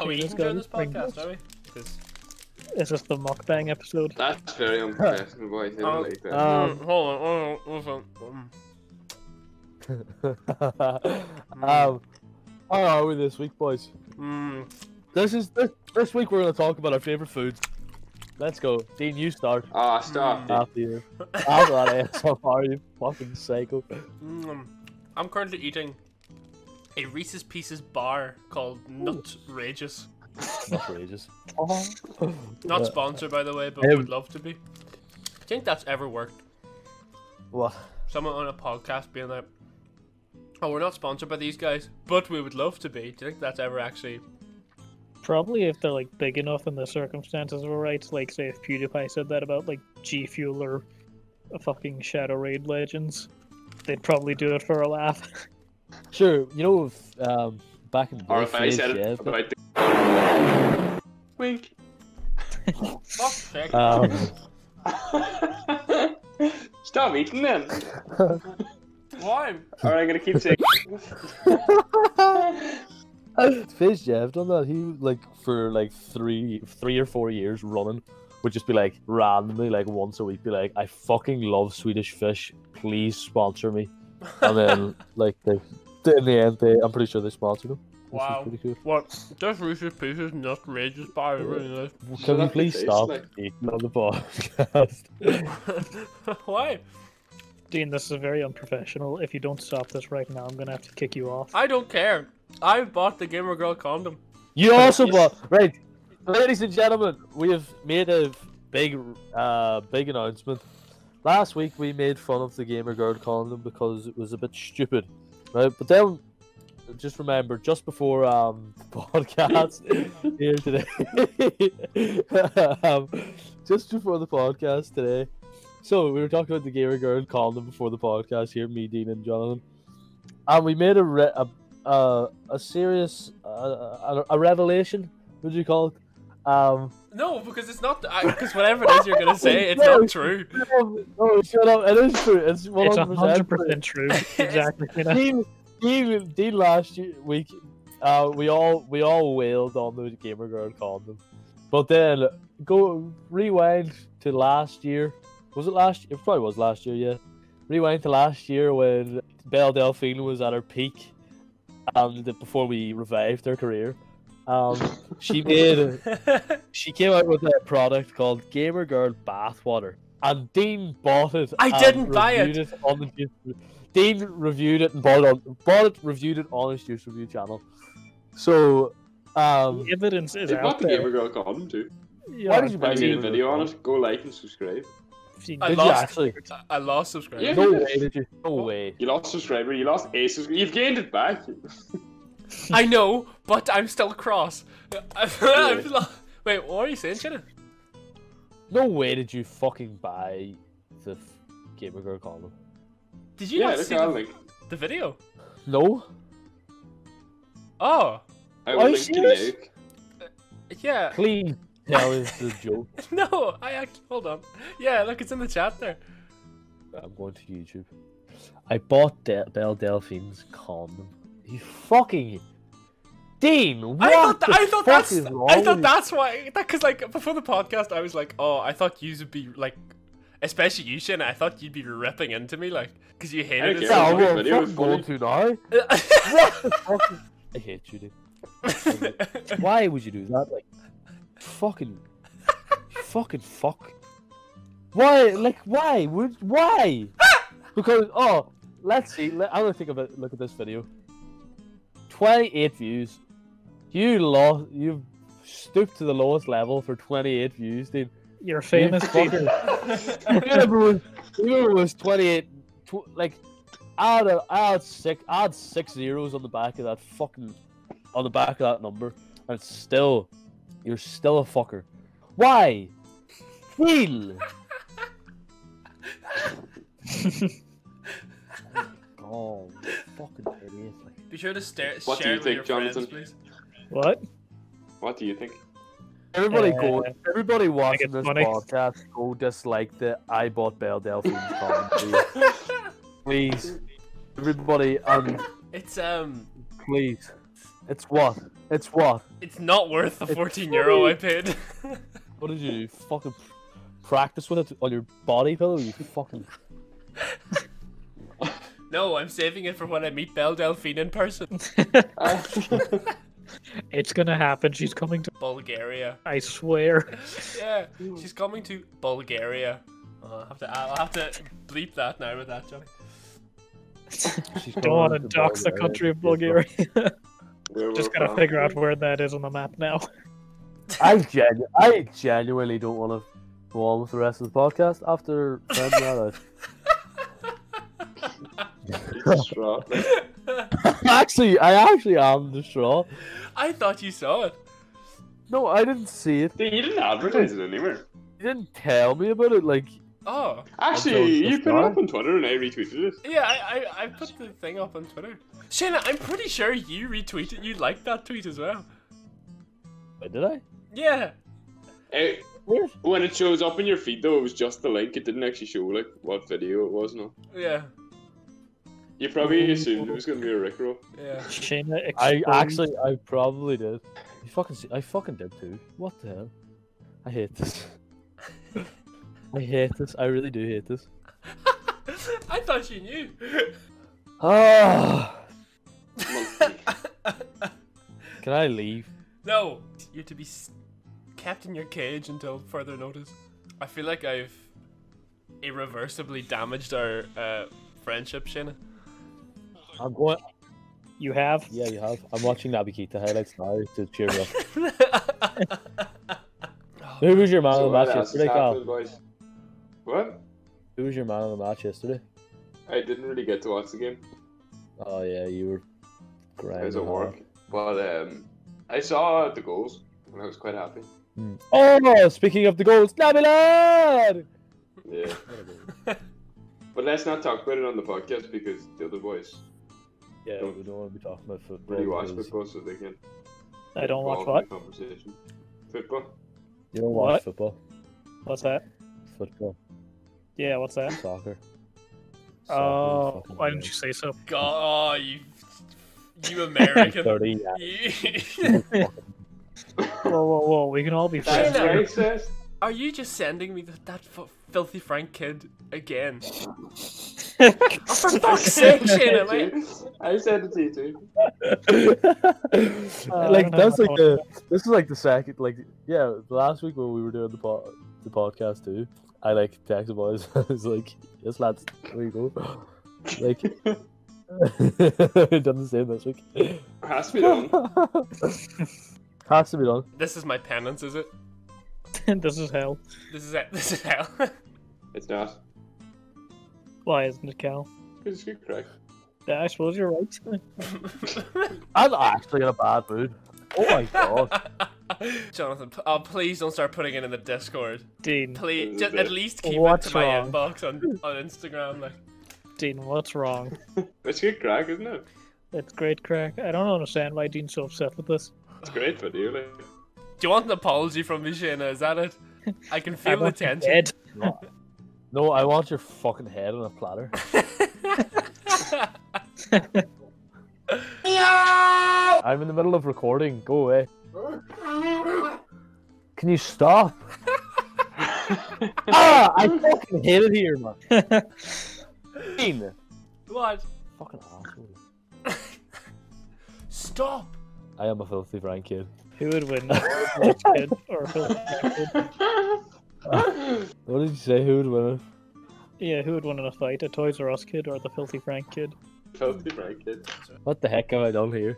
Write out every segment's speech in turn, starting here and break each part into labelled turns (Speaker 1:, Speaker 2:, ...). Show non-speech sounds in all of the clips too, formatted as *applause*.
Speaker 1: Oh, we
Speaker 2: let's
Speaker 1: eating during
Speaker 2: go.
Speaker 1: this podcast, are we? 'Cause-
Speaker 2: It's just the mukbang episode.
Speaker 3: That's very unprofessional. Wait,
Speaker 1: Oh.
Speaker 3: later.
Speaker 2: Um,
Speaker 1: Mm, hold on, hold on, hold on.
Speaker 4: um, how are we this week, boys?
Speaker 1: Mm, mm.
Speaker 4: This is this, this week we're gonna talk about our favorite foods. Let's go, Dean. You start.
Speaker 3: Ah, stop.
Speaker 4: After you. After *laughs* that ASMR, you fucking psycho.
Speaker 1: Mm, I'm currently eating a Reese's Pieces bar called Nutrageous.
Speaker 4: Not *laughs* courageous.
Speaker 1: Not
Speaker 4: Uh,
Speaker 1: sponsored, by the way, but
Speaker 4: I have-
Speaker 1: would love to be. I think that's ever worked.
Speaker 4: What?
Speaker 1: Someone on a podcast being like, "Oh, we're not sponsored by these guys, but we would love to be." Do you think that's ever actually?
Speaker 2: Probably if they're like big enough and the circumstances were right. Like say if PewDiePie said that about like G Fuel or a fucking Shadow Raid Legends, they'd probably do it for a laugh. *laughs*
Speaker 4: Sure. You know, if, um, back in the day,
Speaker 3: Or if I
Speaker 4: Faze
Speaker 3: said it
Speaker 4: Jeff-
Speaker 3: about the... Wink. *laughs*
Speaker 1: Fuck sake.
Speaker 4: um,
Speaker 3: Stop eating then.
Speaker 1: Why?
Speaker 3: Or I'm gonna keep saying.
Speaker 4: Fizz Jeff done that. He like for like three, three or four years running would just be like randomly, like once a week, be like, "I fucking love Swedish fish. Please sponsor me." And then like they, they- in the end, they I'm pretty sure they sponsored him. which was
Speaker 1: Wow.
Speaker 4: pretty cool.
Speaker 1: What? Just Reese's Pieces Nutrageous bar is really nice.
Speaker 4: Well,
Speaker 3: Shut
Speaker 4: Can we
Speaker 3: up,
Speaker 4: please
Speaker 3: it's
Speaker 4: stop
Speaker 3: like-
Speaker 4: eating on the *laughs* podcast?
Speaker 1: *laughs* Why?
Speaker 2: Dean, this is very unprofessional. If you don't stop this right now, I'm gonna have to kick you off.
Speaker 1: I don't care. I bought the Gamer Girl condom.
Speaker 4: You also bought right, ladies and gentlemen. We have made a big, uh, big announcement. Last week we made fun of the gamer girl condom because it was a bit stupid, right? But then, just remember, just before um the *laughs* podcast here today, *laughs* um, just before the podcast today. So we were talking about the gamer girl condom before the podcast here, me, Dean, and Jonathan, and we made a, re- a uh, a serious uh, a, a revelation. Would you call it? Um,
Speaker 1: No, because it's not. *laughs* Because whatever it is you're gonna say, it's
Speaker 4: No.
Speaker 1: not true.
Speaker 4: no, no, shut up! It is true. It's one
Speaker 2: It's
Speaker 4: hundred
Speaker 2: 100%
Speaker 4: percent.
Speaker 2: true. Exactly. you
Speaker 4: *laughs*
Speaker 2: know?
Speaker 4: Dean, Dean, Dean, last year, week, uh, we all we all wailed on the gamer girl condom, but then go rewind to last year. Was it last? It probably was last year. Yeah, rewind to last year when Belle Delphine was at her peak, and before we revived her career, um, *laughs* she made. She came out with a product called Gamer Girl Bathwater, and Dean bought it.
Speaker 1: I
Speaker 4: and
Speaker 1: didn't buy it.
Speaker 4: reviewed on the, Dean reviewed it and bought it. On, bought it, reviewed it on his Juice Review channel. So, um,
Speaker 2: The evidence is
Speaker 3: They
Speaker 2: out
Speaker 3: bought the
Speaker 2: there.
Speaker 3: Gamer Girl condom too.
Speaker 2: Yeah,
Speaker 4: why did you buy
Speaker 3: I
Speaker 4: the
Speaker 3: made a
Speaker 4: Gamer
Speaker 3: video
Speaker 4: Girl
Speaker 3: on
Speaker 4: condom?
Speaker 3: it. Go like and subscribe.
Speaker 2: if you-
Speaker 1: I
Speaker 4: Did you
Speaker 1: lost.
Speaker 4: actually?
Speaker 1: *laughs* I lost subscribers.
Speaker 3: Yeah.
Speaker 4: No way. Did you? No way.
Speaker 3: You lost subscriber. You lost a subscriber. You've gained it back.
Speaker 1: I know, but I'm still cross. *laughs* I've- I've *laughs* lo- Wait, what are you saying, Shannon?
Speaker 4: No way did you fucking buy the f- Gamer Girl condom?
Speaker 1: Did you
Speaker 3: yeah,
Speaker 1: not
Speaker 3: look
Speaker 1: see
Speaker 3: at
Speaker 1: the,
Speaker 3: that link.
Speaker 1: the video?
Speaker 4: No.
Speaker 1: Oh,
Speaker 3: I
Speaker 4: Are
Speaker 3: will
Speaker 4: you
Speaker 3: link to
Speaker 4: serious?
Speaker 3: Luke.
Speaker 1: yeah. *laughs*
Speaker 4: Please tell us the joke.
Speaker 1: No, I actually hold on. Yeah, look, it's in the chat there.
Speaker 4: I'm going to YouTube. I bought De- Belle Delphine's condom. You fucking Dean, what
Speaker 1: I thought,
Speaker 4: the
Speaker 1: I
Speaker 4: fuck
Speaker 1: thought that's
Speaker 4: is wrong
Speaker 1: I thought
Speaker 4: with
Speaker 1: that's why because like before the podcast I was like oh I thought you would be like especially you Shannon I thought you'd be ripping into me like because you
Speaker 3: I
Speaker 1: hated
Speaker 3: don't
Speaker 1: it.
Speaker 4: you?
Speaker 3: care.
Speaker 1: so
Speaker 4: Yeah,
Speaker 3: Every
Speaker 4: well,
Speaker 3: video
Speaker 4: fucking
Speaker 3: is
Speaker 4: going to now.
Speaker 1: *laughs*
Speaker 4: Fucking- I hate you, dude.
Speaker 1: much.
Speaker 4: Why would you do that? Like, fucking, fucking fuck. Why? Like, why would why? Because oh, let's see. Let, I'm gonna think of it. Look at this video. Twenty-eight views. You lost. You've stooped to the lowest level for twenty-eight views, dude.
Speaker 2: You're famous.
Speaker 4: You
Speaker 2: Dean.
Speaker 4: remember, remember it was 28, tw- like, add, a, add, six, add six zeros on the back of that fucking, on the back of that number, and it's still, you're still a fucker. Why? Neil! oh, fucking idiot. Like,
Speaker 1: *laughs* Be sure to stare,
Speaker 3: What do
Speaker 1: share
Speaker 3: you
Speaker 1: it
Speaker 3: think,
Speaker 1: with your
Speaker 3: Jonathan?
Speaker 1: friends, please.
Speaker 2: *laughs* What?
Speaker 3: What do you think? *laughs*
Speaker 4: everybody
Speaker 2: Uh,
Speaker 4: go, everybody watching
Speaker 2: it's
Speaker 4: this
Speaker 2: funny.
Speaker 4: podcast, go dislike the I bought Bell Delphine's comment, please. please. Everybody, um,
Speaker 1: It's um
Speaker 4: Please. It's what? It's what?
Speaker 1: It's not worth the
Speaker 4: It's
Speaker 1: 14 euro I paid. *laughs*
Speaker 4: What did you do? Fucking pr- practice with it on your body pillow? You
Speaker 2: *laughs*
Speaker 4: fucking.
Speaker 1: no, I'm saving it for when I meet Belle Delphine in person.
Speaker 2: It's gonna happen. She's coming to.
Speaker 1: Bulgaria.
Speaker 2: I swear.
Speaker 1: Yeah, she's coming to Bulgaria. Oh, I'll have to, I'll have to bleep that now with that, Johnny.
Speaker 4: She's
Speaker 2: Don't want to dox the country of Bulgaria.
Speaker 3: Where
Speaker 2: Just
Speaker 3: we're
Speaker 2: gotta
Speaker 3: from. *laughs*
Speaker 2: figure out where that is on the map now. *laughs*
Speaker 4: I, genu- I genuinely don't want to go on with the rest of the podcast after finding that out.
Speaker 3: Jesus, right,
Speaker 4: *laughs*
Speaker 3: like,
Speaker 4: actually, I actually am distraught.
Speaker 1: I thought you saw it.
Speaker 4: No, I didn't see it.
Speaker 3: Dude, you didn't advertise it anywhere.
Speaker 4: You didn't tell me about it. Like,
Speaker 1: Oh,
Speaker 3: Actually,
Speaker 4: Jones
Speaker 3: you
Speaker 4: just
Speaker 3: put it
Speaker 4: died.
Speaker 3: up on Twitter and I retweeted it.
Speaker 1: yeah, I, I, I put the thing up on Twitter. Shayna, I'm pretty sure you retweeted, you liked that tweet as well.
Speaker 4: wait, did I?
Speaker 1: Yeah,
Speaker 3: It-
Speaker 4: Weird.
Speaker 3: Eh, when it shows up in your feed, though, it was just the link. It didn't actually show like what video it was. No,
Speaker 1: yeah,
Speaker 3: you probably assumed it was going to be a Rickroll.
Speaker 1: yeah. *laughs*
Speaker 2: Shayna
Speaker 4: I
Speaker 2: exposed-
Speaker 4: actually, I probably did. You fucking, see- I fucking did too. What the hell? I hate
Speaker 2: *laughs*
Speaker 4: this. I hate this. I really do hate *sighs* this.
Speaker 1: I thought you knew. *laughs*
Speaker 4: Ah,
Speaker 3: Monkey.
Speaker 4: can I leave?
Speaker 1: no, you're to be s- kept in your cage until further notice. I feel like I've irreversibly damaged our uh, friendship, *laughs* Shayna.
Speaker 4: I'm going.
Speaker 2: You have?
Speaker 4: Yeah, you have. I'm watching Nabikita highlights now to cheer me up. Who was your man
Speaker 3: So
Speaker 4: of the
Speaker 3: what
Speaker 4: match
Speaker 3: else has
Speaker 4: yesterday, Cal?
Speaker 3: happened, boys? What?
Speaker 4: Who was your man of the match yesterday?
Speaker 3: I didn't really get to watch the game.
Speaker 4: Oh yeah, you were. Uh-huh.
Speaker 3: I
Speaker 4: Grinding
Speaker 3: was at
Speaker 4: hard.
Speaker 3: work, but um, I saw the goals and I was quite happy.
Speaker 4: Hmm. Oh, speaking of the goals, Nabilad!
Speaker 3: Yeah, *laughs* but let's not talk about it on the podcast because the other boys
Speaker 4: Yeah,
Speaker 3: Don't-
Speaker 4: we don't want to be talking about football.
Speaker 3: really watch
Speaker 4: because
Speaker 3: football, so they can.
Speaker 2: I don't watch
Speaker 3: involved
Speaker 2: what?
Speaker 3: in the Conversation. Football.
Speaker 4: You don't watch
Speaker 2: What?
Speaker 4: football.
Speaker 2: What's that?
Speaker 4: Football,
Speaker 2: Yeah, what's that?
Speaker 4: soccer. Soccer
Speaker 2: Oh,
Speaker 4: is fucking
Speaker 2: why didn't
Speaker 4: great.
Speaker 2: you say so?
Speaker 1: God, oh, you, you
Speaker 4: I'm *laughs*
Speaker 1: American. *laughs*
Speaker 4: Thirty. yeah.
Speaker 1: You-
Speaker 2: Whoa, whoa, whow! We can all be friends.
Speaker 3: That's
Speaker 1: Shayna.
Speaker 2: here.
Speaker 3: racist.
Speaker 1: Are you just sending me that, that f- filthy Frank kid again? Oh,
Speaker 2: *laughs*
Speaker 1: for fuck's sake, Shayna!
Speaker 3: *laughs*
Speaker 1: Like,
Speaker 3: I said it to you too.
Speaker 4: *laughs* like
Speaker 2: don't know
Speaker 4: that's like
Speaker 2: about
Speaker 4: the this is like the second like yeah the last week when we were doing the po- the podcast too I like texted the boys *laughs* I was like yes lads there we go like *laughs* done the same this week
Speaker 3: Has to be *laughs* done.
Speaker 4: has to be done
Speaker 1: this is my penance, is it?
Speaker 2: *laughs* this is hell.
Speaker 1: This is it. This is hell.
Speaker 3: It's not.
Speaker 2: Why isn't it Cal?
Speaker 3: It's good crack.
Speaker 2: Yeah, I suppose you're right.
Speaker 4: I'm actually in a bad mood oh my god
Speaker 1: *laughs* Jonathan, p- oh, please don't start putting it in the Discord.
Speaker 2: Dean,
Speaker 1: Please, just, at least keep it
Speaker 2: What's
Speaker 1: to my
Speaker 2: wrong?
Speaker 1: inbox on, on Instagram. Like,
Speaker 2: Dean, what's wrong?
Speaker 3: It's good crack, isn't it?
Speaker 2: It's great crack. I don't understand why Dean's so upset with this.
Speaker 3: It's great video. Like, *laughs*
Speaker 1: do you want an apology from me, Shayna? Is that it? I can feel
Speaker 2: I
Speaker 1: the
Speaker 2: want him
Speaker 1: tension.
Speaker 2: dead.
Speaker 4: no I want your fucking head on a platter I'm in the middle of recording go away can you stop ah I fucking hate it here man Dean.
Speaker 1: *laughs* what?
Speaker 4: Fucking asshole.
Speaker 1: Stop! *laughs*
Speaker 4: I am a filthy Frank kid.
Speaker 2: *laughs* Who would win? a rich kid or a filthy crack kid?
Speaker 4: What did you say? Who would win it?
Speaker 2: Yeah, who would win in a fight? A Toys R Us kid or the filthy Frank kid?
Speaker 3: Filthy crack, kid.
Speaker 4: What the heck have I done here?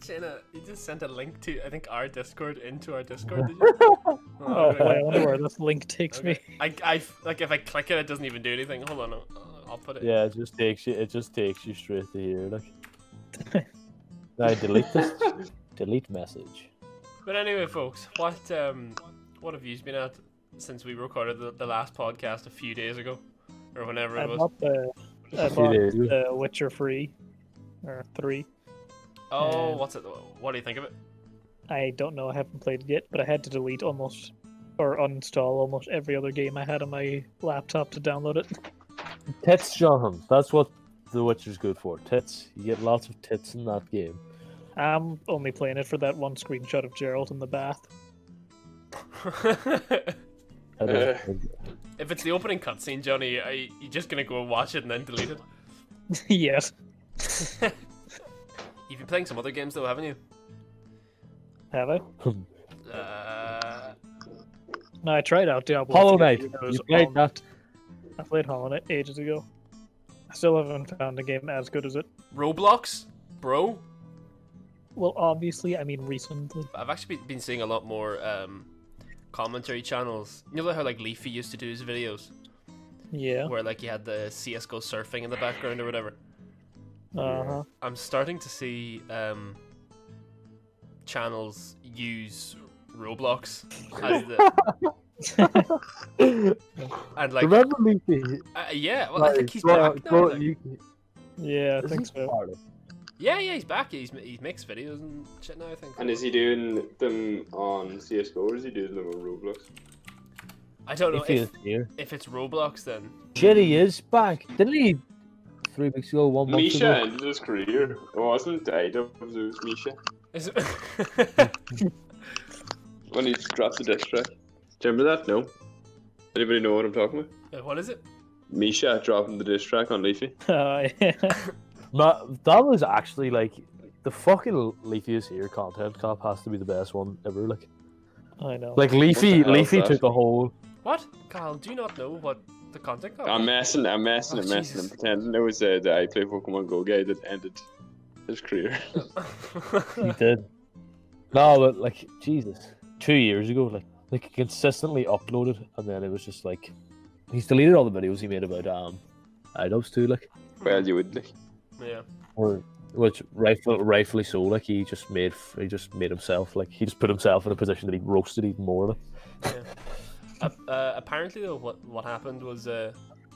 Speaker 1: Jenna, you just sent a link to I think our Discord into our Discord. Did
Speaker 2: *laughs*
Speaker 1: you?
Speaker 2: Oh, boy, I wonder
Speaker 1: okay.
Speaker 2: where this link takes me.
Speaker 1: Okay. I, I like if I click it, it doesn't even do anything. Hold on, I'll, I'll put it.
Speaker 4: Yeah, it just takes you. It just takes you straight to here. Like, now delete this. delete message.
Speaker 1: But anyway, folks, what um, what have you been at since we recorded the, the last podcast a few days ago, or whenever
Speaker 2: I
Speaker 1: it was?
Speaker 2: bought the I
Speaker 4: Few
Speaker 2: bought
Speaker 4: days.
Speaker 2: the uh, Witcher free or three.
Speaker 1: Oh,
Speaker 2: um,
Speaker 1: what's it? What do you think of it?
Speaker 2: I don't know. I haven't played it yet, but I had to delete almost or uninstall almost every other game I had on my laptop to download it.
Speaker 4: Tits, Jonathan. That's what The Witcher's good for. Tits. You get lots of tits in that game.
Speaker 2: I'm only playing it for that one screenshot of Gerald in the bath. *laughs*
Speaker 4: I don't
Speaker 3: Uh.
Speaker 4: think-
Speaker 1: *laughs* if it's the opening cutscene, Johnny, are you, you just gonna go watch it and then delete it?
Speaker 2: yes.
Speaker 1: You've been playing some other games though, haven't you?
Speaker 2: Have I?
Speaker 1: Uh,
Speaker 2: No, I tried out Diablo.
Speaker 4: Hollow
Speaker 2: 3,
Speaker 4: Knight.
Speaker 2: it
Speaker 4: You
Speaker 2: was
Speaker 4: played
Speaker 2: on-
Speaker 4: that?
Speaker 2: I played Hollow Knight ages ago. I still haven't found a game as good as it.
Speaker 1: Roblox, bro.
Speaker 2: Well, obviously, I mean recently.
Speaker 1: I've actually been- been seeing a lot more um, commentary channels. You know how like Leafy used to do his videos,
Speaker 2: Yeah.
Speaker 1: where like he had the CS:GO surfing in the background or whatever.
Speaker 2: Uh huh.
Speaker 1: I'm starting to see um, channels use Roblox as
Speaker 4: *laughs*
Speaker 1: the and like
Speaker 4: Remember Leafy?
Speaker 1: uh, yeah. Well, I
Speaker 4: Like,
Speaker 1: think he's
Speaker 4: go-
Speaker 1: back now.
Speaker 4: go-
Speaker 1: like.
Speaker 4: you-
Speaker 2: Yeah, I
Speaker 4: is
Speaker 2: think
Speaker 4: he
Speaker 2: so. *laughs*
Speaker 4: part of it?
Speaker 1: Yeah, yeah, he's back. He's he makes videos and shit now. I think.
Speaker 3: *laughs* And is he doing them on CSGO or is he doing them on Roblox?
Speaker 1: I don't know
Speaker 4: If he
Speaker 1: if,
Speaker 4: is here.
Speaker 1: if it's Roblox then.
Speaker 4: Shit, he is back. Didn't he? Three weeks ago, one month
Speaker 3: Misha
Speaker 4: ago.
Speaker 3: ended his career. It wasn't I don't know if it was Misha.
Speaker 4: *laughs*
Speaker 1: Is it... Uh,
Speaker 3: When he dropped the diss track. Do you remember that? No. Anybody know what I'm talking about?
Speaker 1: what is it?
Speaker 3: Misha dropping the diss track on Leafy.
Speaker 2: Uh,
Speaker 4: Ma- that was actually like the fucking Leafy is here content cop has to be the best one ever. Like,
Speaker 2: I know.
Speaker 4: like Leafy,
Speaker 3: hell is
Speaker 4: Leafy
Speaker 3: that?
Speaker 4: took the whole.
Speaker 1: What? Kyle, do you not know what the content of?
Speaker 3: I'm messing, I'm messing,
Speaker 1: Oh,
Speaker 3: I'm messing,
Speaker 1: Jesus.
Speaker 3: I'm pretending it was uh, the I play Pokemon Go guy that ended his career. *laughs*
Speaker 4: He did. No, but like Jesus, two years ago, like like he consistently uploaded, and then it was just like he's deleted all the videos he made about um idols too, like
Speaker 3: well, you would. like.
Speaker 1: *laughs* yeah.
Speaker 4: or which rightful, rightfully so, like he just made f- he just made himself like he just put himself in a position that he roasted even more. Like.
Speaker 1: Uh, uh, apparently, though, what what happened was, uh,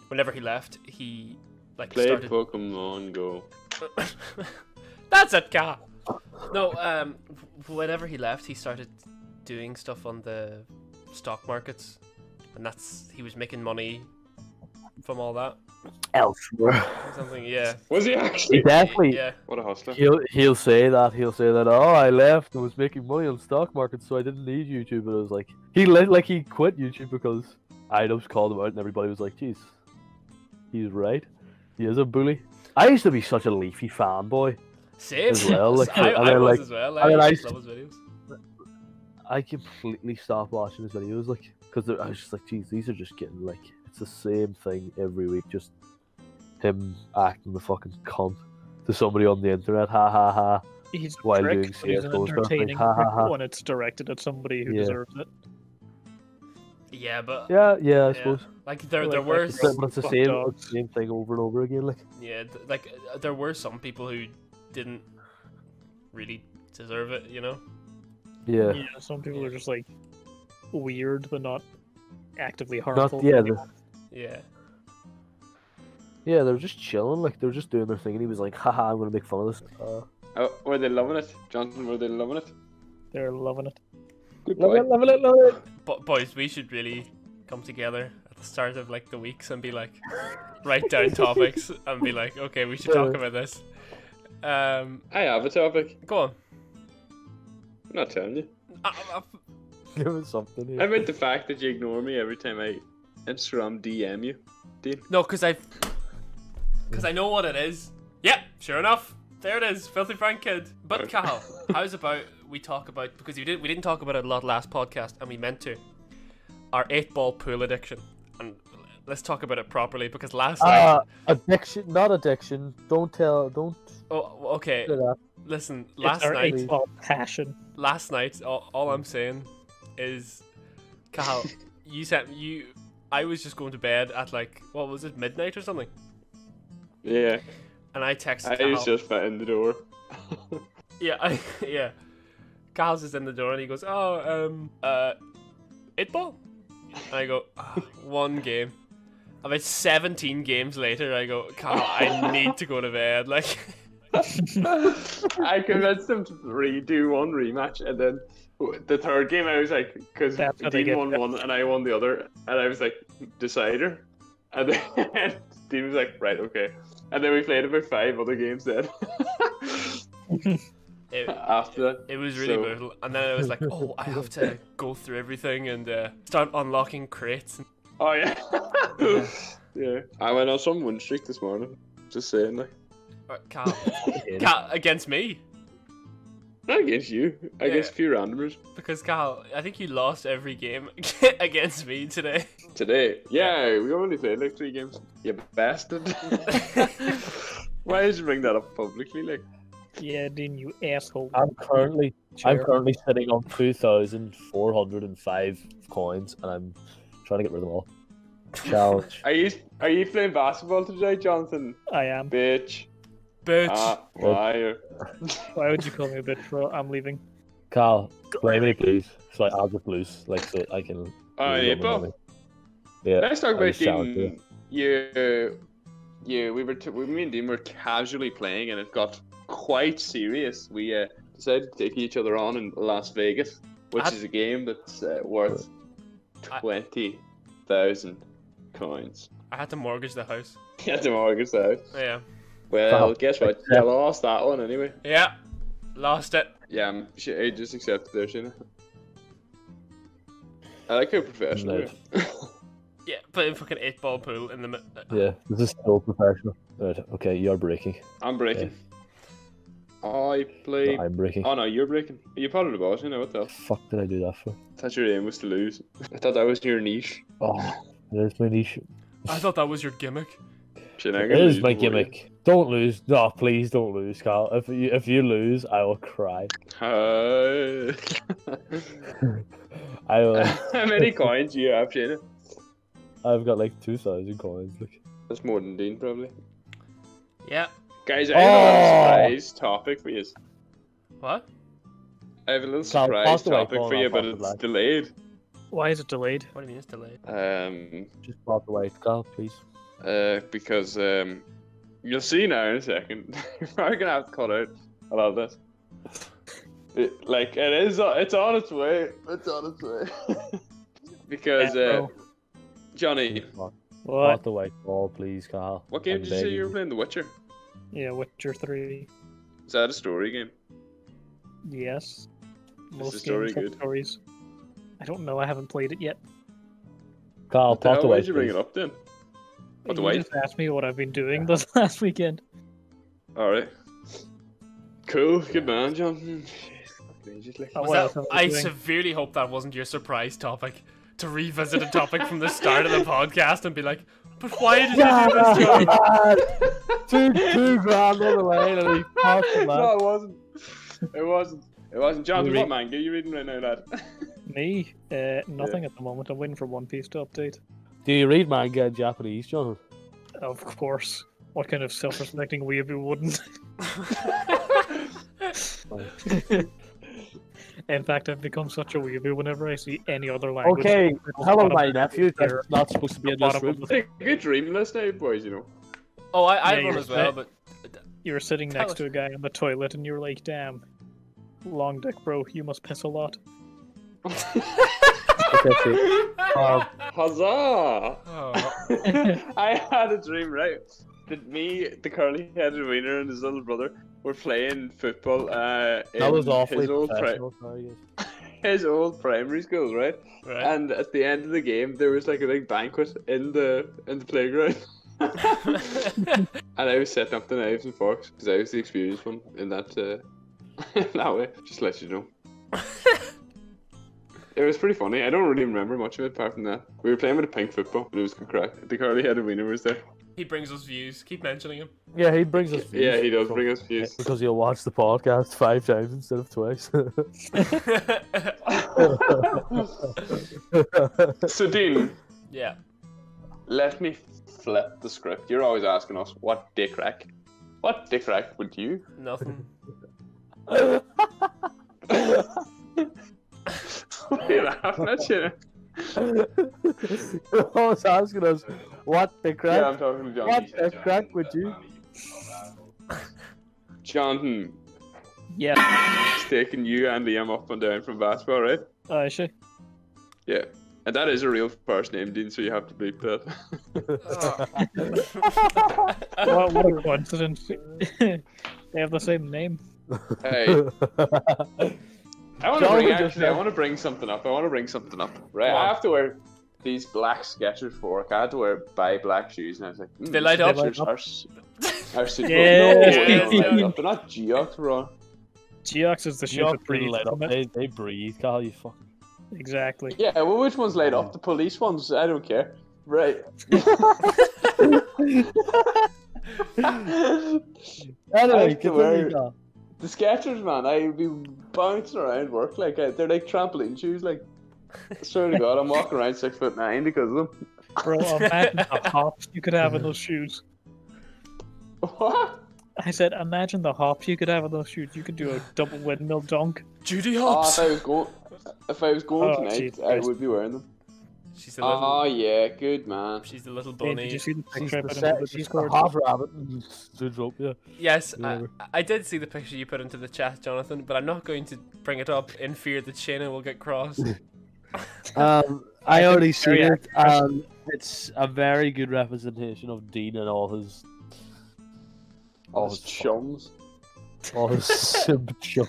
Speaker 1: whenever he left, he like
Speaker 3: Played
Speaker 1: started.
Speaker 3: Pokemon Go.
Speaker 1: That's it, Kyle. No, um, whenever he left, he started doing stuff on the stock markets, and that's he was making money from all that.
Speaker 4: Elsewhere,
Speaker 1: or Something, yeah.
Speaker 3: Was he actually?
Speaker 4: definitely.
Speaker 1: Yeah.
Speaker 3: What a hustler.
Speaker 4: He'll he'll say that he'll say that oh I left and was making money on stock market so I didn't need YouTube and I was like he li- like he quit YouTube because items called him out and everybody was like jeez he's right he is a bully I used to be such a leafy fanboy
Speaker 1: Same.
Speaker 4: As well, like,
Speaker 1: *laughs* I,
Speaker 4: and
Speaker 1: I
Speaker 4: then,
Speaker 1: was
Speaker 4: like-
Speaker 1: as well. I,
Speaker 4: and then I
Speaker 1: used to love his videos.
Speaker 4: I completely stopped watching his videos like because I was just like jeez these are just getting like it's the same thing every week just him acting the fucking cunt to somebody on the internet ha ha ha
Speaker 2: He's a
Speaker 4: While
Speaker 2: prick,
Speaker 4: doing
Speaker 2: but he's an
Speaker 4: CS:GO stuff, like,
Speaker 2: entertaining
Speaker 4: ha, ha,
Speaker 2: prick
Speaker 4: ha.
Speaker 2: when it's directed at somebody who
Speaker 4: Yeah.
Speaker 2: deserves it.
Speaker 1: Yeah, but
Speaker 4: yeah yeah I
Speaker 1: yeah.
Speaker 4: suppose.
Speaker 1: like there
Speaker 2: Like,
Speaker 1: there
Speaker 2: like,
Speaker 1: were
Speaker 4: It's, like- but it's the
Speaker 2: fuck
Speaker 4: same,
Speaker 2: dogs.
Speaker 4: it's the same thing over and over again. Like,
Speaker 1: Yeah, th- like uh, there were some people who didn't really deserve it, you know.
Speaker 4: yeah,
Speaker 2: Yeah, some people are just like weird, but not actively
Speaker 4: not
Speaker 2: harmful.
Speaker 4: yeah, the,
Speaker 1: Yeah,
Speaker 4: yeah. They were just chilling, like they were just doing their thing, and he was like, "Haha, I'm gonna make fun of this." Uh,
Speaker 3: Oh, were they loving it? Johnson, were they loving it?
Speaker 2: They're loving it.
Speaker 3: Good
Speaker 4: love
Speaker 3: boy.
Speaker 4: it, love it, love *laughs* it.
Speaker 1: but boys, we should really come together at the start of like the weeks and be like, write down topics and be like, okay, we should talk
Speaker 4: Yeah.
Speaker 1: about this. Um,
Speaker 3: I have a topic.
Speaker 1: go on.
Speaker 3: I'm not telling you.
Speaker 1: I, I, I-
Speaker 4: Give it something.
Speaker 3: How
Speaker 4: Here.
Speaker 3: about the fact that you ignore me every time I Instagram DM you? Dean?
Speaker 1: no, because I, because I know what it is. Yep, sure enough, there it is, filthy Frank kid. But Cal, how's about we talk about because you did we didn't talk about it a lot last podcast and we meant to our eight ball pool addiction and let's talk about it properly because last night
Speaker 4: Uh, addiction, not addiction. Don't tell. Don't
Speaker 1: oh okay
Speaker 4: say that.
Speaker 1: listen last
Speaker 2: it's our
Speaker 1: night
Speaker 2: eight ball passion.
Speaker 1: last night all, all I'm saying is Cal you sent you I was just going to bed at like what was it midnight or something
Speaker 3: Yeah,
Speaker 1: and I texted
Speaker 3: I
Speaker 1: Cal.
Speaker 3: was just in the door.
Speaker 1: Yeah, *laughs* I, yeah. Kyle's just in the door and he goes, "Oh, um, uh, it ball." And I go, "Ah, "One game." About seventeen games later, I go, "Kyle, I need to go to bed." Like, *laughs*
Speaker 3: I convinced him to redo one rematch, and then the third game I was like, because
Speaker 2: That's how they
Speaker 3: Dean
Speaker 2: get
Speaker 3: won one and I won the other, and I was like, decider. And then *laughs* Dean was like, right, okay. And then we played about five other games then.
Speaker 1: It,
Speaker 3: *laughs* After that,
Speaker 1: it was really
Speaker 3: So-
Speaker 1: brutal. And then I was like, oh, I have to go through everything and uh, start unlocking crates.
Speaker 3: oh yeah, *laughs* yeah. I went on some win streak this morning. Just saying, like,
Speaker 1: Uh, Cal, Cal against me
Speaker 3: not against you,
Speaker 1: Yeah.
Speaker 3: against a few randomers
Speaker 1: because Cal, I think you lost every game *laughs* against me today.
Speaker 3: today. Yeah, we only played like three games. You
Speaker 1: *laughs*
Speaker 3: bastard. *laughs* Why did you bring that up publicly? Like,
Speaker 2: Yeah, Dean, you asshole.
Speaker 4: I'm currently Uh, I'm
Speaker 2: Chair.
Speaker 4: currently sitting on two thousand four hundred and five coins, and I'm trying to get rid of them all. *laughs* Challenge.
Speaker 3: are you are you playing basketball today, Jonathan?
Speaker 2: I am.
Speaker 3: Bitch.
Speaker 1: Bitch.
Speaker 4: Uh.
Speaker 3: Ah, liar.
Speaker 2: Why would you call me a bitch, bro? I'm leaving.
Speaker 4: Cal, play me, please. So like, I'll just lose, like so I can. lose
Speaker 3: All
Speaker 4: all
Speaker 3: right,
Speaker 4: my
Speaker 3: April.
Speaker 4: money. Yeah.
Speaker 3: Let's talk
Speaker 4: I
Speaker 3: about
Speaker 4: just shouted to
Speaker 3: Dean. Yeah, yeah. We were t- we, me and Dean were casually playing, and it got quite serious. We uh, decided to take each other on in Las Vegas, which
Speaker 1: At-
Speaker 3: is a game that's uh, worth
Speaker 1: I-
Speaker 3: twenty thousand coins.
Speaker 1: I had to mortgage the house.
Speaker 3: *laughs*
Speaker 1: Oh,
Speaker 3: That's a mortgage out.
Speaker 1: Yeah.
Speaker 3: Well,
Speaker 4: Wow.
Speaker 3: guess what?
Speaker 4: Yeah.
Speaker 3: You lost that one anyway.
Speaker 1: Yeah. Lost it.
Speaker 3: Yeah, I'm, sh- I just accepted there, Shana. I like how professional. we
Speaker 4: Nice.
Speaker 3: are.
Speaker 1: Yeah, playing fucking eight ball pool in the mi-
Speaker 4: Yeah, this is so professional. Right, okay, you're breaking.
Speaker 3: I'm breaking. I play.
Speaker 4: No, I'm breaking.
Speaker 3: Oh no, you're breaking. You're part of the boss, you know what the hell?
Speaker 4: Fuck did I do that for?
Speaker 3: I thought your aim was to lose. I thought that was your niche.
Speaker 4: Oh, there's my niche.
Speaker 1: I thought that was your gimmick.
Speaker 3: Shit, I'm
Speaker 4: It
Speaker 3: gonna
Speaker 4: is
Speaker 3: lose
Speaker 4: my
Speaker 3: before you.
Speaker 4: gimmick. Don't lose. No, please don't lose, Carl. If you if you lose, I will cry. *laughs*
Speaker 3: Uh,
Speaker 4: I
Speaker 3: *laughs*
Speaker 4: will.
Speaker 3: How many coins do you have, Shana?
Speaker 4: I've got like two thousand coins. Like,
Speaker 3: That's more than Dean, probably.
Speaker 1: Yeah.
Speaker 3: Guys, I have a
Speaker 4: Oh!
Speaker 3: little surprise topic for you.
Speaker 1: What?
Speaker 3: I have a little
Speaker 4: Sal,
Speaker 3: surprise
Speaker 4: pass the mic,
Speaker 3: topic
Speaker 4: hold
Speaker 3: for
Speaker 4: on,
Speaker 3: you,
Speaker 4: pass
Speaker 3: but
Speaker 4: the
Speaker 3: it's
Speaker 4: mic.
Speaker 3: delayed.
Speaker 2: Why is it delayed?
Speaker 1: What do you mean it's delayed?
Speaker 3: Um,
Speaker 4: just pop the white, Carl, please.
Speaker 3: uh, because um, you'll see now in a second. *laughs* You're probably gonna have to cut out a lot of this. It, like it is, on- it's on its way. It's on its way. *laughs* because uh,
Speaker 2: Bro.
Speaker 3: Johnny,
Speaker 4: Pop,
Speaker 2: What?
Speaker 4: the white ball, please, Carl.
Speaker 3: what game
Speaker 4: I'm
Speaker 3: did you say you were
Speaker 4: begging.
Speaker 3: playing? The Witcher.
Speaker 2: Yeah, Witcher 3.
Speaker 3: Is that a story game?
Speaker 2: Yes. Most
Speaker 3: the story
Speaker 2: games have
Speaker 3: good?
Speaker 2: stories. I don't know. I haven't played it yet.
Speaker 4: Carl,
Speaker 3: The
Speaker 4: pop
Speaker 3: hell,
Speaker 4: the
Speaker 3: why
Speaker 4: white.
Speaker 3: did you bring it *laughs*
Speaker 4: please.
Speaker 3: up then? What the
Speaker 2: you
Speaker 3: wait?
Speaker 2: just asked me what I've been doing this *laughs* last weekend.
Speaker 3: All right. Cool. Good man, John. Hmm. Just like-
Speaker 2: Oh,
Speaker 1: Was
Speaker 2: what
Speaker 1: that,
Speaker 2: else am I
Speaker 1: I
Speaker 2: doing?
Speaker 1: severely hope that wasn't your surprise topic to revisit a topic from the start of the podcast and be like, but why did you do this?
Speaker 4: *laughs*
Speaker 1: to me?"
Speaker 4: two two grand on the line,
Speaker 3: *laughs*
Speaker 4: and he popped the
Speaker 3: no,
Speaker 4: lad.
Speaker 3: it wasn't. It wasn't. It wasn't. John,
Speaker 4: You
Speaker 3: what
Speaker 4: read-
Speaker 3: manga are you reading right now, lad? *laughs*
Speaker 2: Me? Uh, nothing at the moment. I'm waiting for One Piece to update.
Speaker 4: Do you read manga in Japanese, John?
Speaker 2: Of course. What kind of self-respecting weeaboo
Speaker 3: *laughs*
Speaker 2: wouldn't? In fact, I've become such a weeaboo whenever I see any other language.
Speaker 4: Okay,
Speaker 2: It's
Speaker 4: hello,
Speaker 2: bottom
Speaker 4: my
Speaker 2: of the
Speaker 4: nephew.
Speaker 2: tier.
Speaker 4: That's not supposed to be in this
Speaker 2: Bottom of
Speaker 4: room.
Speaker 2: the-
Speaker 3: Good dream last night, boys, you know.
Speaker 1: oh, I, I
Speaker 2: Yeah,
Speaker 1: have one
Speaker 2: you're
Speaker 1: as well,
Speaker 2: right.
Speaker 1: but
Speaker 2: You were sitting
Speaker 1: Tell
Speaker 2: next
Speaker 1: us.
Speaker 2: to a guy on the toilet, and you were like, "Damn, long dick, bro. You must piss a lot."
Speaker 4: Okay,
Speaker 3: *laughs*
Speaker 4: see.
Speaker 1: *laughs*
Speaker 4: Um, *laughs*
Speaker 3: Huzzah! *laughs*
Speaker 1: oh,
Speaker 3: I had a dream, right? That me, the curly headed wiener, and his little brother were playing football uh, in
Speaker 4: That was awfully
Speaker 3: his, old pri-
Speaker 4: professional. sorry, guys.
Speaker 3: his old primary school, right?
Speaker 1: right.
Speaker 3: And at the end of the game, there was like a big banquet in the in the playground. *laughs* Uh, and I was setting up the knives and forks because I was the experienced one in that uh, *laughs* in that way. Just to let you know.
Speaker 4: *laughs*
Speaker 3: it was pretty funny. I don't really remember much of it apart from that. We were playing with a pink football, and it was good crack. The curly headed wiener was there.
Speaker 1: *laughs* he brings us views. Keep mentioning
Speaker 3: *laughs*
Speaker 1: him.
Speaker 4: Yeah, he brings us.
Speaker 3: Yeah, he does
Speaker 4: from-
Speaker 3: bring us
Speaker 4: *laughs*
Speaker 3: views.
Speaker 4: Because he'll watch the podcast five times instead of twice. *laughs*
Speaker 3: so Dean,
Speaker 1: yeah.
Speaker 3: let me flip the script. You're always asking us what dick rack. What dick rack would you? *laughs*
Speaker 1: Nothing.
Speaker 3: What are you laughing at, Shane?
Speaker 4: You're always asking us, what the
Speaker 3: Yeah, I'm
Speaker 4: crap?
Speaker 3: talking to John.
Speaker 4: what the crap would you?
Speaker 3: Jonathan,
Speaker 2: yeah.
Speaker 3: it's taking you and Liam up and down from basketball, right?
Speaker 2: Uh, is *laughs* she?
Speaker 3: Yeah. And that is a real first name, Dean, so you have to bleep that.
Speaker 4: *laughs*
Speaker 1: Uh,
Speaker 2: *laughs* What, what a coincidence. they have the same name.
Speaker 3: *laughs*
Speaker 4: *laughs*
Speaker 3: Hey, I want to
Speaker 4: John
Speaker 3: bring
Speaker 4: would just
Speaker 3: actually, I
Speaker 4: have-
Speaker 3: want to bring something up. I want to bring something up. Right,
Speaker 1: Go on.
Speaker 3: I have to wear these black Skechers for work. I had to wear buy black shoes, and I was like, mm,
Speaker 1: They light up?
Speaker 3: Skechers Are, s-
Speaker 4: *laughs*
Speaker 3: are super.
Speaker 2: Yeah.
Speaker 3: no,
Speaker 1: Yes.
Speaker 3: they're, not light up. they're not Geox, bro.
Speaker 2: Geox is the shit
Speaker 4: Shock
Speaker 2: that
Speaker 4: really
Speaker 2: breathes.
Speaker 4: light up.
Speaker 2: isn't it?
Speaker 4: They, they breathe, Carl. You fucking.
Speaker 2: Exactly.
Speaker 3: Yeah, well, which one's light up? The police ones. I don't care.
Speaker 4: *laughs*
Speaker 3: Right. *laughs*
Speaker 4: Anyway,
Speaker 3: have to wear-
Speaker 4: continue, Carl.
Speaker 3: The Skechers, man, I be bouncing around work like I, they're like trampoline shoes. Like, swear to God, I'm walking around six foot nine because of them. *laughs*
Speaker 2: Bro,
Speaker 4: *laughs*
Speaker 2: imagine the hops you could have in those shoes.
Speaker 3: What?
Speaker 2: I said, imagine the hops you could have in those shoes. You could do a double windmill dunk.
Speaker 1: Judy
Speaker 3: Oh, if
Speaker 1: Hops.
Speaker 3: I was going, if I was going
Speaker 2: Oh,
Speaker 3: tonight,
Speaker 2: Jesus
Speaker 3: I
Speaker 2: Christ.
Speaker 3: would be wearing them.
Speaker 1: she's a little.
Speaker 3: Oh yeah, good man.
Speaker 1: she's the little
Speaker 2: Hey,
Speaker 1: bunny.
Speaker 2: did you see the
Speaker 4: She's
Speaker 2: picture I
Speaker 4: the,
Speaker 2: put into
Speaker 4: se-
Speaker 2: the
Speaker 4: she's the
Speaker 2: Discord?
Speaker 4: half rabbit in Zootopia.
Speaker 1: Yes, I,
Speaker 4: Yeah.
Speaker 1: I did see the picture you put into the chat, Jonathan, but I'm not going to bring it up in fear that Shayna will get
Speaker 2: *laughs*
Speaker 1: cross.
Speaker 4: Um, I
Speaker 2: think
Speaker 4: already
Speaker 2: it's
Speaker 4: see
Speaker 2: very
Speaker 4: it. Um, it's a very good representation of Dean and all his
Speaker 3: Oh,
Speaker 4: Oh,
Speaker 3: it's
Speaker 4: fuck.
Speaker 3: chums.
Speaker 4: all *laughs* his symptoms.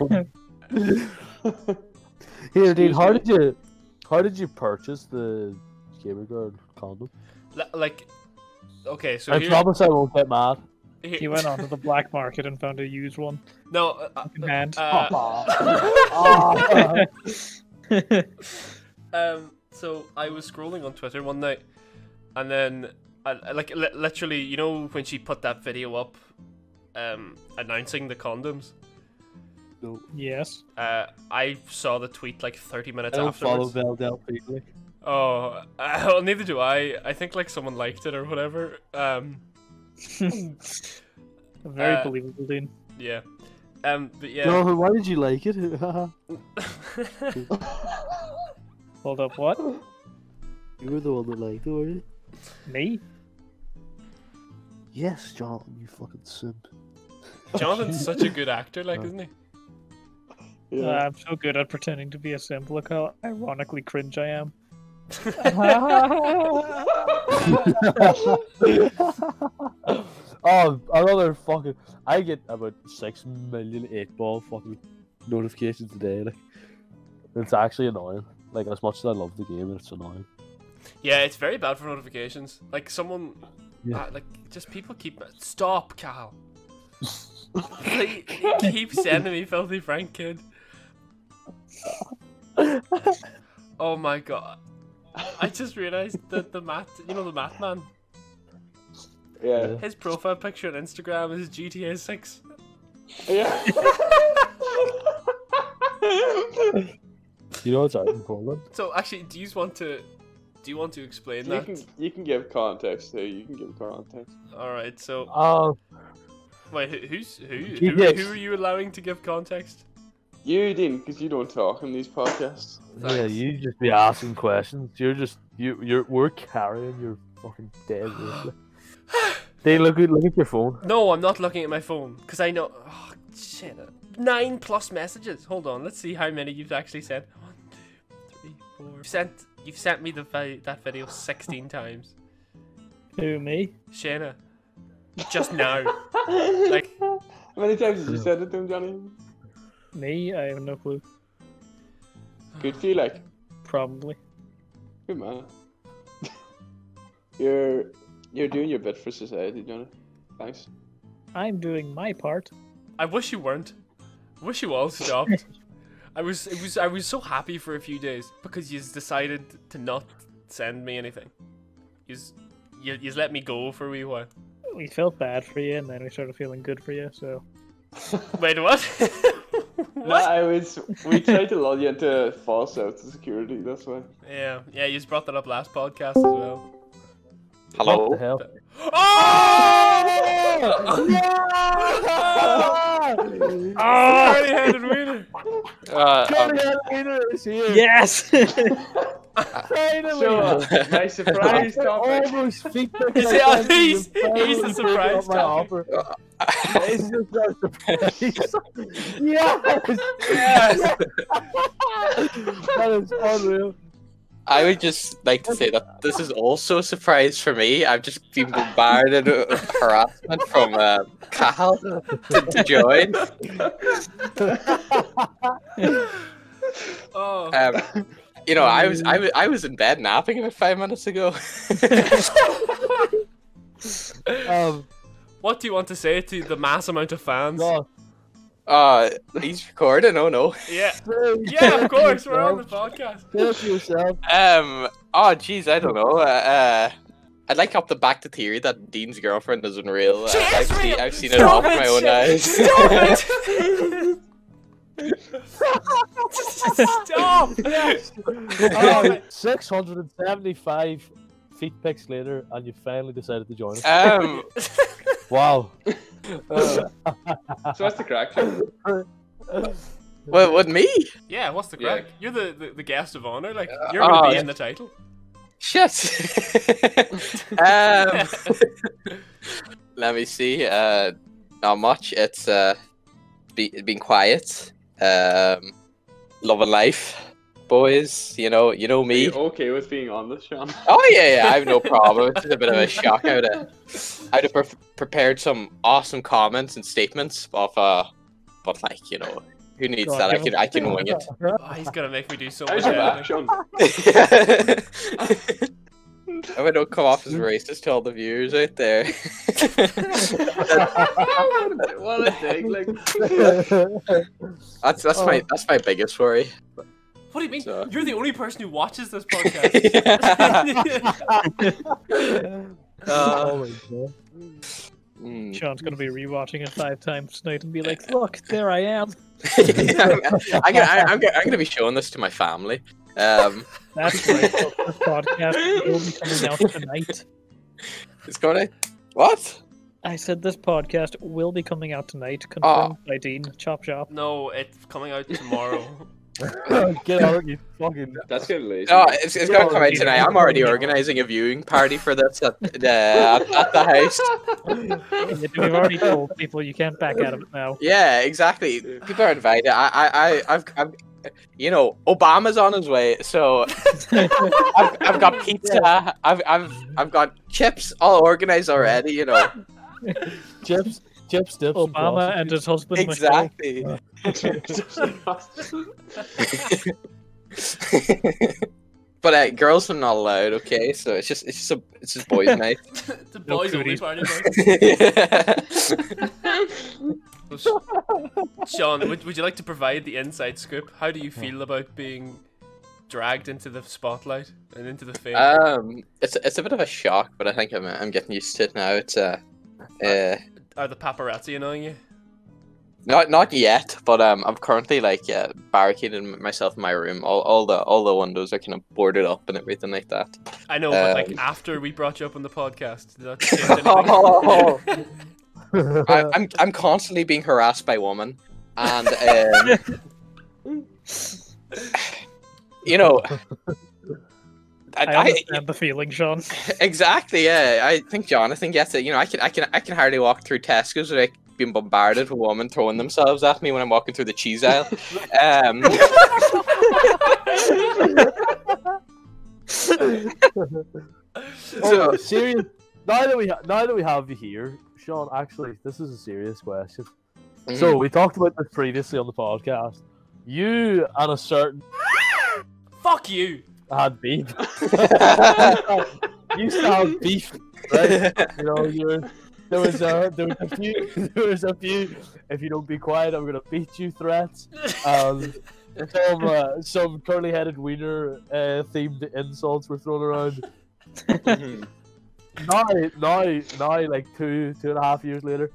Speaker 4: Here, Dean, how did you how did you purchase the gamer guard condom?
Speaker 1: L- like, okay, so
Speaker 4: I
Speaker 1: here,
Speaker 4: promise I won't get mad.
Speaker 1: here-
Speaker 2: He went onto the black market and found a used one.
Speaker 1: *laughs* No, uh, uh,
Speaker 4: *laughs*
Speaker 2: Fucking hand.
Speaker 1: uh, *laughs*
Speaker 4: Ah.
Speaker 1: um, so I was scrolling on Twitter one night, and then I, I like li- literally, you know, when she put that video up, um, announcing the condoms.
Speaker 4: no,
Speaker 2: *laughs* yes.
Speaker 1: Uh, I saw the tweet like 30
Speaker 4: I
Speaker 1: minutes
Speaker 4: don't follow
Speaker 1: afterwards.
Speaker 4: Bell Del Peakley.
Speaker 1: Oh, *laughs* uh, well, neither do I. I think like someone liked it or whatever. Um,
Speaker 2: Very
Speaker 1: Uh,
Speaker 2: believable, Dean.
Speaker 1: yeah. Um, but yeah.
Speaker 4: Jonathan, why did you like it? *laughs*
Speaker 1: I
Speaker 2: Hold up, what?
Speaker 4: you were the one that liked it, were you?
Speaker 2: Me?
Speaker 4: Yes, Jonathan, you fucking simp.
Speaker 1: *laughs* Jonathan's such a good actor, like,
Speaker 4: *laughs* Yeah.
Speaker 1: isn't he?
Speaker 3: *laughs* Yeah.
Speaker 2: Uh, I'm so good at pretending to be a simp. Look how ironically cringe I am. I
Speaker 4: *laughs* oh, another fucking. I get about six million eight ball fucking notifications a day. Like, it's actually annoying. Like, as much as I love the game, it's annoying.
Speaker 1: Yeah, it's very bad for notifications. Like someone,
Speaker 4: Yeah.
Speaker 1: uh, like just people keep stop, Cal. Please keep sending me filthy Frank kid. oh my god! I just realized that the Matt, you know the Matt man,
Speaker 3: yeah.
Speaker 1: his profile picture on Instagram is GTA Six.
Speaker 3: Yeah.
Speaker 4: You know it's out in Poland?
Speaker 1: So actually, do you want to, do you want to explain
Speaker 3: you
Speaker 1: that?
Speaker 3: can you can give context too. You can give context.
Speaker 1: All right. So
Speaker 4: Oh,
Speaker 1: wait, who- who's who? Who,
Speaker 4: GTA.
Speaker 1: who are you allowing to give context?
Speaker 3: You didn't, because you don't talk in these podcasts.
Speaker 4: yeah,
Speaker 1: Thanks.
Speaker 4: you just be asking questions. You're just you. You're we're carrying your fucking dead. weight, like. They look at look at your phone.
Speaker 1: No, I'm not looking at my phone because I know. Oh, shit. Nine plus messages. Hold on. Let's see how many you've actually sent. One, two, three, four. You've sent. You've sent me the vi- that video 16 *laughs* times.
Speaker 2: Who, me?
Speaker 1: Shayna, just now. Like-
Speaker 3: How many times did you send it to him, Johnny?
Speaker 2: Me? I have no clue.
Speaker 3: Good for you, like.
Speaker 2: Probably.
Speaker 3: Good man. you're you're doing your bit for society, Johnny. Thanks.
Speaker 2: I'm doing my part.
Speaker 1: I wish you weren't. I wish you all stopped. I was. It was. I was so happy for a few days because you decided to not send me anything. Yous- You you let me go for a wee while.
Speaker 2: We felt bad for you, and then we started feeling good for you, so.
Speaker 1: Wait, what?
Speaker 3: No, I was. We tried to lull you into false out to security. That's why.
Speaker 1: Yeah, yeah, you just brought that up last podcast as well.
Speaker 4: What the hell? *laughs*
Speaker 1: Oh!
Speaker 5: Oh!
Speaker 4: Ah!
Speaker 1: Curly-headed wiener.
Speaker 5: Uh,
Speaker 4: Johnny Almeida is here.
Speaker 2: Yes!
Speaker 4: Finally. *laughs*
Speaker 3: So my surprise
Speaker 4: After all
Speaker 3: topic.
Speaker 4: those feedback
Speaker 1: You see,
Speaker 4: I got,
Speaker 1: he's-
Speaker 4: you finally
Speaker 1: he's
Speaker 4: gave
Speaker 1: the
Speaker 4: me
Speaker 1: surprise
Speaker 4: up my
Speaker 1: topic.
Speaker 4: offer.
Speaker 5: um,
Speaker 4: It's just a surprise. *laughs* yes.
Speaker 5: *laughs* yes.
Speaker 4: That is unreal.
Speaker 5: I would just like to say that this is also a surprise for me. I've just been bombarded with harassment from uh, Cal to, to join.
Speaker 1: Oh,
Speaker 5: Um, you know, I was I was I was in bed napping about five minutes ago. *laughs*
Speaker 4: Um,
Speaker 1: what do you want to say to the mass amount of fans?
Speaker 4: God,
Speaker 5: uh, he's recording. Oh no.
Speaker 1: Yeah, yeah,
Speaker 5: *laughs*
Speaker 1: of course, we're on the podcast.
Speaker 4: Help
Speaker 1: *laughs*
Speaker 4: yourself.
Speaker 5: Um. Oh, jeez, I don't know. Uh, uh, I'd like up the back to theory that Dean's girlfriend isn't real. Uh,
Speaker 1: She is
Speaker 5: I've, seen,
Speaker 1: real!
Speaker 5: I've seen it all
Speaker 1: Stop
Speaker 5: with my own
Speaker 1: Shay.
Speaker 5: eyes.
Speaker 1: Stop it!
Speaker 5: *laughs*
Speaker 1: Stop! Oh,
Speaker 4: Um, 675 feet pics later, and you finally decided to join us.
Speaker 5: *laughs*
Speaker 1: Uh,
Speaker 5: um.
Speaker 4: Wow.
Speaker 3: uh, So that's the crack. Jim.
Speaker 5: What?
Speaker 4: *laughs*
Speaker 5: What? Me?
Speaker 1: Yeah, what's the
Speaker 3: Yeah.
Speaker 1: crack? You're the, the, the guest of honor. Like you're
Speaker 5: Oh,
Speaker 1: gonna be
Speaker 5: yeah.
Speaker 1: in the title.
Speaker 5: Shit. *laughs* um. Let me see. Uh, not much. It's uh, be, been quiet. Um, loving life, boys. You know, you know
Speaker 3: Are
Speaker 5: me.
Speaker 3: you okay with being on this, Sean?
Speaker 5: Oh yeah, yeah, I have no problem. It's just a bit of a shock. I would have, I would have pre- prepared some awesome comments and statements of, uh, but like you know, who needs
Speaker 2: God,
Speaker 5: that? I
Speaker 2: give
Speaker 5: can,
Speaker 2: him-
Speaker 5: I can wing
Speaker 1: *laughs* Oh, he's gonna make me do so much
Speaker 3: How's your back,
Speaker 1: editing.
Speaker 3: Sean?
Speaker 5: it. I hope I don't come off as racist to all the viewers out there. *laughs*
Speaker 3: what, a, what a dig, like.
Speaker 4: Uh,
Speaker 5: that's that's my that's my biggest worry.
Speaker 1: What do you mean?
Speaker 5: So-
Speaker 1: You're the only person who watches
Speaker 5: *laughs*
Speaker 1: this
Speaker 5: Yeah.
Speaker 1: podcast.
Speaker 4: *laughs*
Speaker 5: *laughs* Uh,
Speaker 4: oh my god.
Speaker 5: mm.
Speaker 2: *laughs* Sean's gonna be rewatching it five times tonight and be like, "Look, there I am."
Speaker 5: I'm, gonna, I, I'm, gonna, I'm gonna be showing this to my family. Um,
Speaker 2: That's right. this podcast will be coming out tonight.
Speaker 5: it's gonna what?
Speaker 2: I said this podcast will be coming out tonight,
Speaker 5: Aw.
Speaker 2: confirmed by Dean. Chop chop.
Speaker 1: no, it's coming out tomorrow.
Speaker 4: *laughs* Get out of you fucking.
Speaker 3: *laughs* That's getting lazy. *laughs*
Speaker 5: No, it's, it's gonna come out
Speaker 2: Yeah.
Speaker 5: tonight. I'm already organizing a viewing party for this at the, at, at the house.
Speaker 2: We've already told people you can't back out of it
Speaker 5: *laughs*
Speaker 2: now.
Speaker 5: Yeah, exactly. People are invited. I, I, I I've, I've, you know, Obama's on his way, so I've, I've got pizza. I've, I've, I've got chips all organized already. You know,
Speaker 4: Chips, chips, dips. and
Speaker 2: Obama and
Speaker 4: sausage.
Speaker 2: his husband Michelle.
Speaker 5: exactly. *laughs* But uh, girls are not allowed. Okay, so it's just, it's just a, it's just boys' night.
Speaker 1: it's a boys only
Speaker 2: cooties.
Speaker 1: party. boys. *laughs* Well, Sh- Sean, would, would you like to provide the inside scoop? How do you feel about being dragged into the spotlight and into the fame?
Speaker 5: um, it's, it's a bit of a shock, but I think I'm, I'm getting used to it now. It's uh, uh.
Speaker 1: Are the paparazzi annoying you?
Speaker 5: Not not yet, but um, I'm currently like yeah, barricading myself in my room. All, all the all the windows are kind of boarded up and everything like that.
Speaker 1: I know, but
Speaker 5: Um.
Speaker 1: like after we brought you up on the podcast, did that change
Speaker 5: *laughs* Oh.
Speaker 1: anything?
Speaker 5: I,
Speaker 4: uh,
Speaker 5: I'm I'm constantly being harassed by women, and um, you know,
Speaker 2: I
Speaker 5: I, I,
Speaker 2: understand the feeling, Sean.
Speaker 5: exactly yeah. I think Jonathan gets it. You know, I can I can I can hardly walk through Tesco's without being bombarded with women throwing themselves at me when I'm walking through the cheese aisle. Um,
Speaker 4: *laughs* Oh,
Speaker 5: so.
Speaker 4: serious. Now that we ha- now that we have you here, Sean, actually, this is a serious question. So we talked about this previously on the podcast. You and a certain
Speaker 1: Fuck you!
Speaker 4: had beef. *laughs* you used to have beef,
Speaker 5: *laughs*
Speaker 4: right? You know, you're, there was a there was a few *laughs* there was a few. If you don't be quiet, I'm gonna beat you. Threats.
Speaker 5: *laughs*
Speaker 4: Um, some uh, some curly-headed wiener uh, themed insults were thrown around. now, now, now, like two, two and a half years later,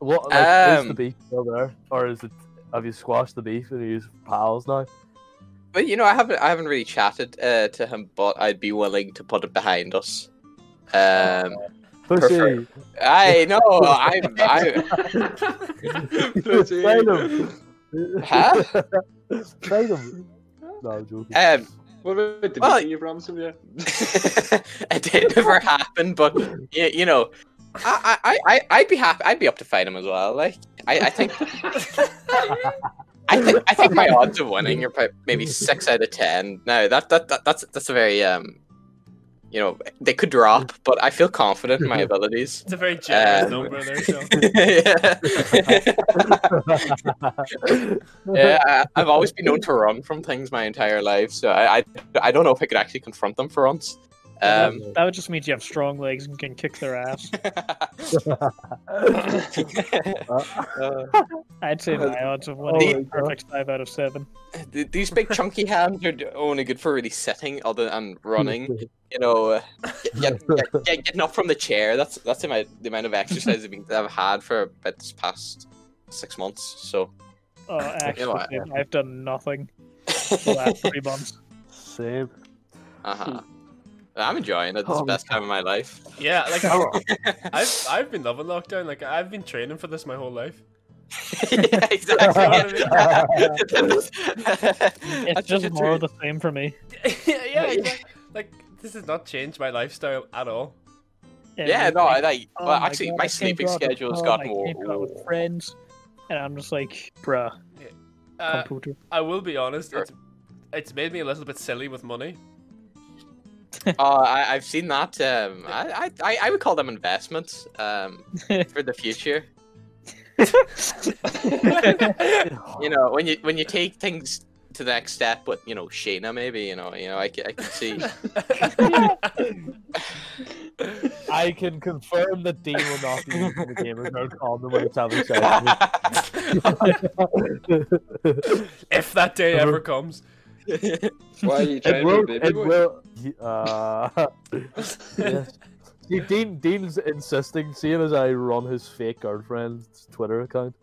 Speaker 4: what like, is the
Speaker 5: Um.
Speaker 4: beef still there, or is it? Have you squashed the beef and you're pals now?
Speaker 5: But you know, I haven't I haven't really chatted uh, to him, but I'd be willing to put it behind us. Um,
Speaker 4: Pussy,
Speaker 5: I know I'm I'm
Speaker 4: fight him,
Speaker 5: huh?
Speaker 4: *laughs* fight him. No, I'm joking. *laughs*
Speaker 5: Um,
Speaker 3: What about the
Speaker 5: Well,
Speaker 3: beating you promised him? Yeah.
Speaker 5: *laughs* it did never happen, but you, you know, I I I- I I'd be happy. I'd be up to fight him as well. Like I I think I think I think my odds of winning are prob- maybe six out of ten. No, that, that that that's that's a very um, you know, they could drop, but I feel confident in my abilities. *laughs*
Speaker 1: It's a very generous
Speaker 5: Um,
Speaker 1: number there, so.
Speaker 5: *laughs* yeah, yeah I, I've always been known to run from things my entire life, so I I, I don't know if I could actually confront them for once. Um,
Speaker 4: *laughs*
Speaker 2: that would just means you have strong legs and can kick their ass.
Speaker 5: *laughs*
Speaker 2: I'd say my
Speaker 5: *laughs*
Speaker 2: odds of winning
Speaker 4: Oh,
Speaker 2: are perfect five out of seven.
Speaker 5: th- these
Speaker 4: *laughs*
Speaker 5: big chunky hams are d- oh, only good for really sitting, other than running.
Speaker 4: Mm-hmm.
Speaker 5: you know, uh, get,
Speaker 4: *laughs*
Speaker 5: get, get, get- getting up from the chair. That's that's the amount, the amount of exercise I've, been, I've had for about this past six months. So *laughs*
Speaker 2: Oh, actually,
Speaker 5: what?
Speaker 2: I've done nothing the last three
Speaker 5: *laughs*
Speaker 2: months.
Speaker 4: Same.
Speaker 5: uh-huh. I'm enjoying it. It's the
Speaker 4: Oh my
Speaker 5: best time of
Speaker 4: *laughs*
Speaker 5: my life. *laughs*
Speaker 1: Yeah, like *laughs* I've I've been loving lockdown. Like I've been training for this my whole life. *laughs*
Speaker 4: *laughs*
Speaker 5: yeah, *laughs* exactly.
Speaker 2: It's
Speaker 5: it's
Speaker 2: just more of the same for me.
Speaker 1: yeah, exactly. like this has not changed my lifestyle at all.
Speaker 5: Yeah, no, I
Speaker 2: Everything.
Speaker 5: like.
Speaker 2: Oh
Speaker 5: well,
Speaker 2: my
Speaker 5: actually,
Speaker 2: God,
Speaker 5: my
Speaker 2: I came
Speaker 5: sleeping
Speaker 2: out with
Speaker 5: schedule's
Speaker 2: Tom,
Speaker 5: got
Speaker 2: I
Speaker 5: more.
Speaker 2: came out with friends, and I'm just like, bruh,
Speaker 1: Uh,
Speaker 2: computer.
Speaker 5: *laughs*
Speaker 1: I will be honest. It's it's made me a little bit silly
Speaker 4: *laughs*
Speaker 1: with money. *laughs*
Speaker 5: Oh, I, I've seen that. Um, I, I- I, I would call them investments. Um, for the future. you know, when you when you take things to the next step, but you know, Shayna maybe, you know, you know, I, ca- I can see.
Speaker 4: I can confirm that Dean will not be using the gamer card condom when it's
Speaker 5: *laughs*
Speaker 4: having sex.
Speaker 5: Why
Speaker 1: if that day
Speaker 4: Uh-huh.
Speaker 1: ever comes.
Speaker 3: Why are you trying
Speaker 4: It
Speaker 3: to
Speaker 4: will.
Speaker 3: be a baby
Speaker 4: It
Speaker 3: boy?
Speaker 4: will. y- Uh, *laughs* yes. See, Dean, Dean's insisting, seeing as I run his fake girlfriend's Twitter account.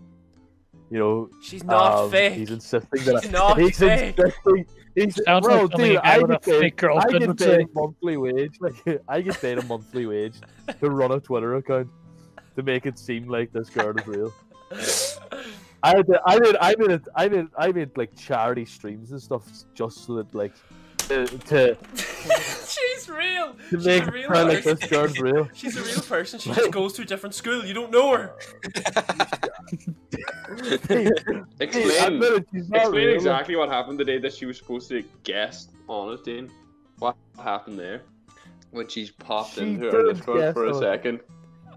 Speaker 4: You know,
Speaker 1: *laughs* She's not
Speaker 4: um,
Speaker 1: fake.
Speaker 4: He's insisting that
Speaker 1: She's not
Speaker 4: I, *laughs* he's
Speaker 1: fake.
Speaker 4: insisting. He's,
Speaker 2: Sounds
Speaker 4: bro,
Speaker 2: like something
Speaker 4: dude,
Speaker 2: a guy
Speaker 4: I
Speaker 2: with a
Speaker 4: get paid-
Speaker 2: fake
Speaker 4: I
Speaker 2: girlfriend
Speaker 4: get
Speaker 2: would
Speaker 4: paid
Speaker 2: say.
Speaker 4: a monthly wage. Like, *laughs* I get paid a monthly wage to run a Twitter account to make it seem like this girl is real. I did, I did, I did, it, I did, I made like charity streams and stuff just so that like to to,
Speaker 1: She's real.
Speaker 4: to
Speaker 1: She's
Speaker 4: make
Speaker 1: a
Speaker 4: it
Speaker 1: real
Speaker 4: sound like
Speaker 1: person.
Speaker 4: this girl's real.
Speaker 1: She's a real person. She just goes to a different school. You don't know her.
Speaker 4: *laughs* I
Speaker 3: Explain.
Speaker 4: bet it, she's not
Speaker 3: Explain
Speaker 4: real.
Speaker 3: exactly what happened the day that she was supposed to guest on it, Dean. What happened there? When she's popped
Speaker 4: She
Speaker 3: into her
Speaker 4: didn't
Speaker 3: Discord
Speaker 4: guess
Speaker 3: for a
Speaker 4: on it.
Speaker 3: second.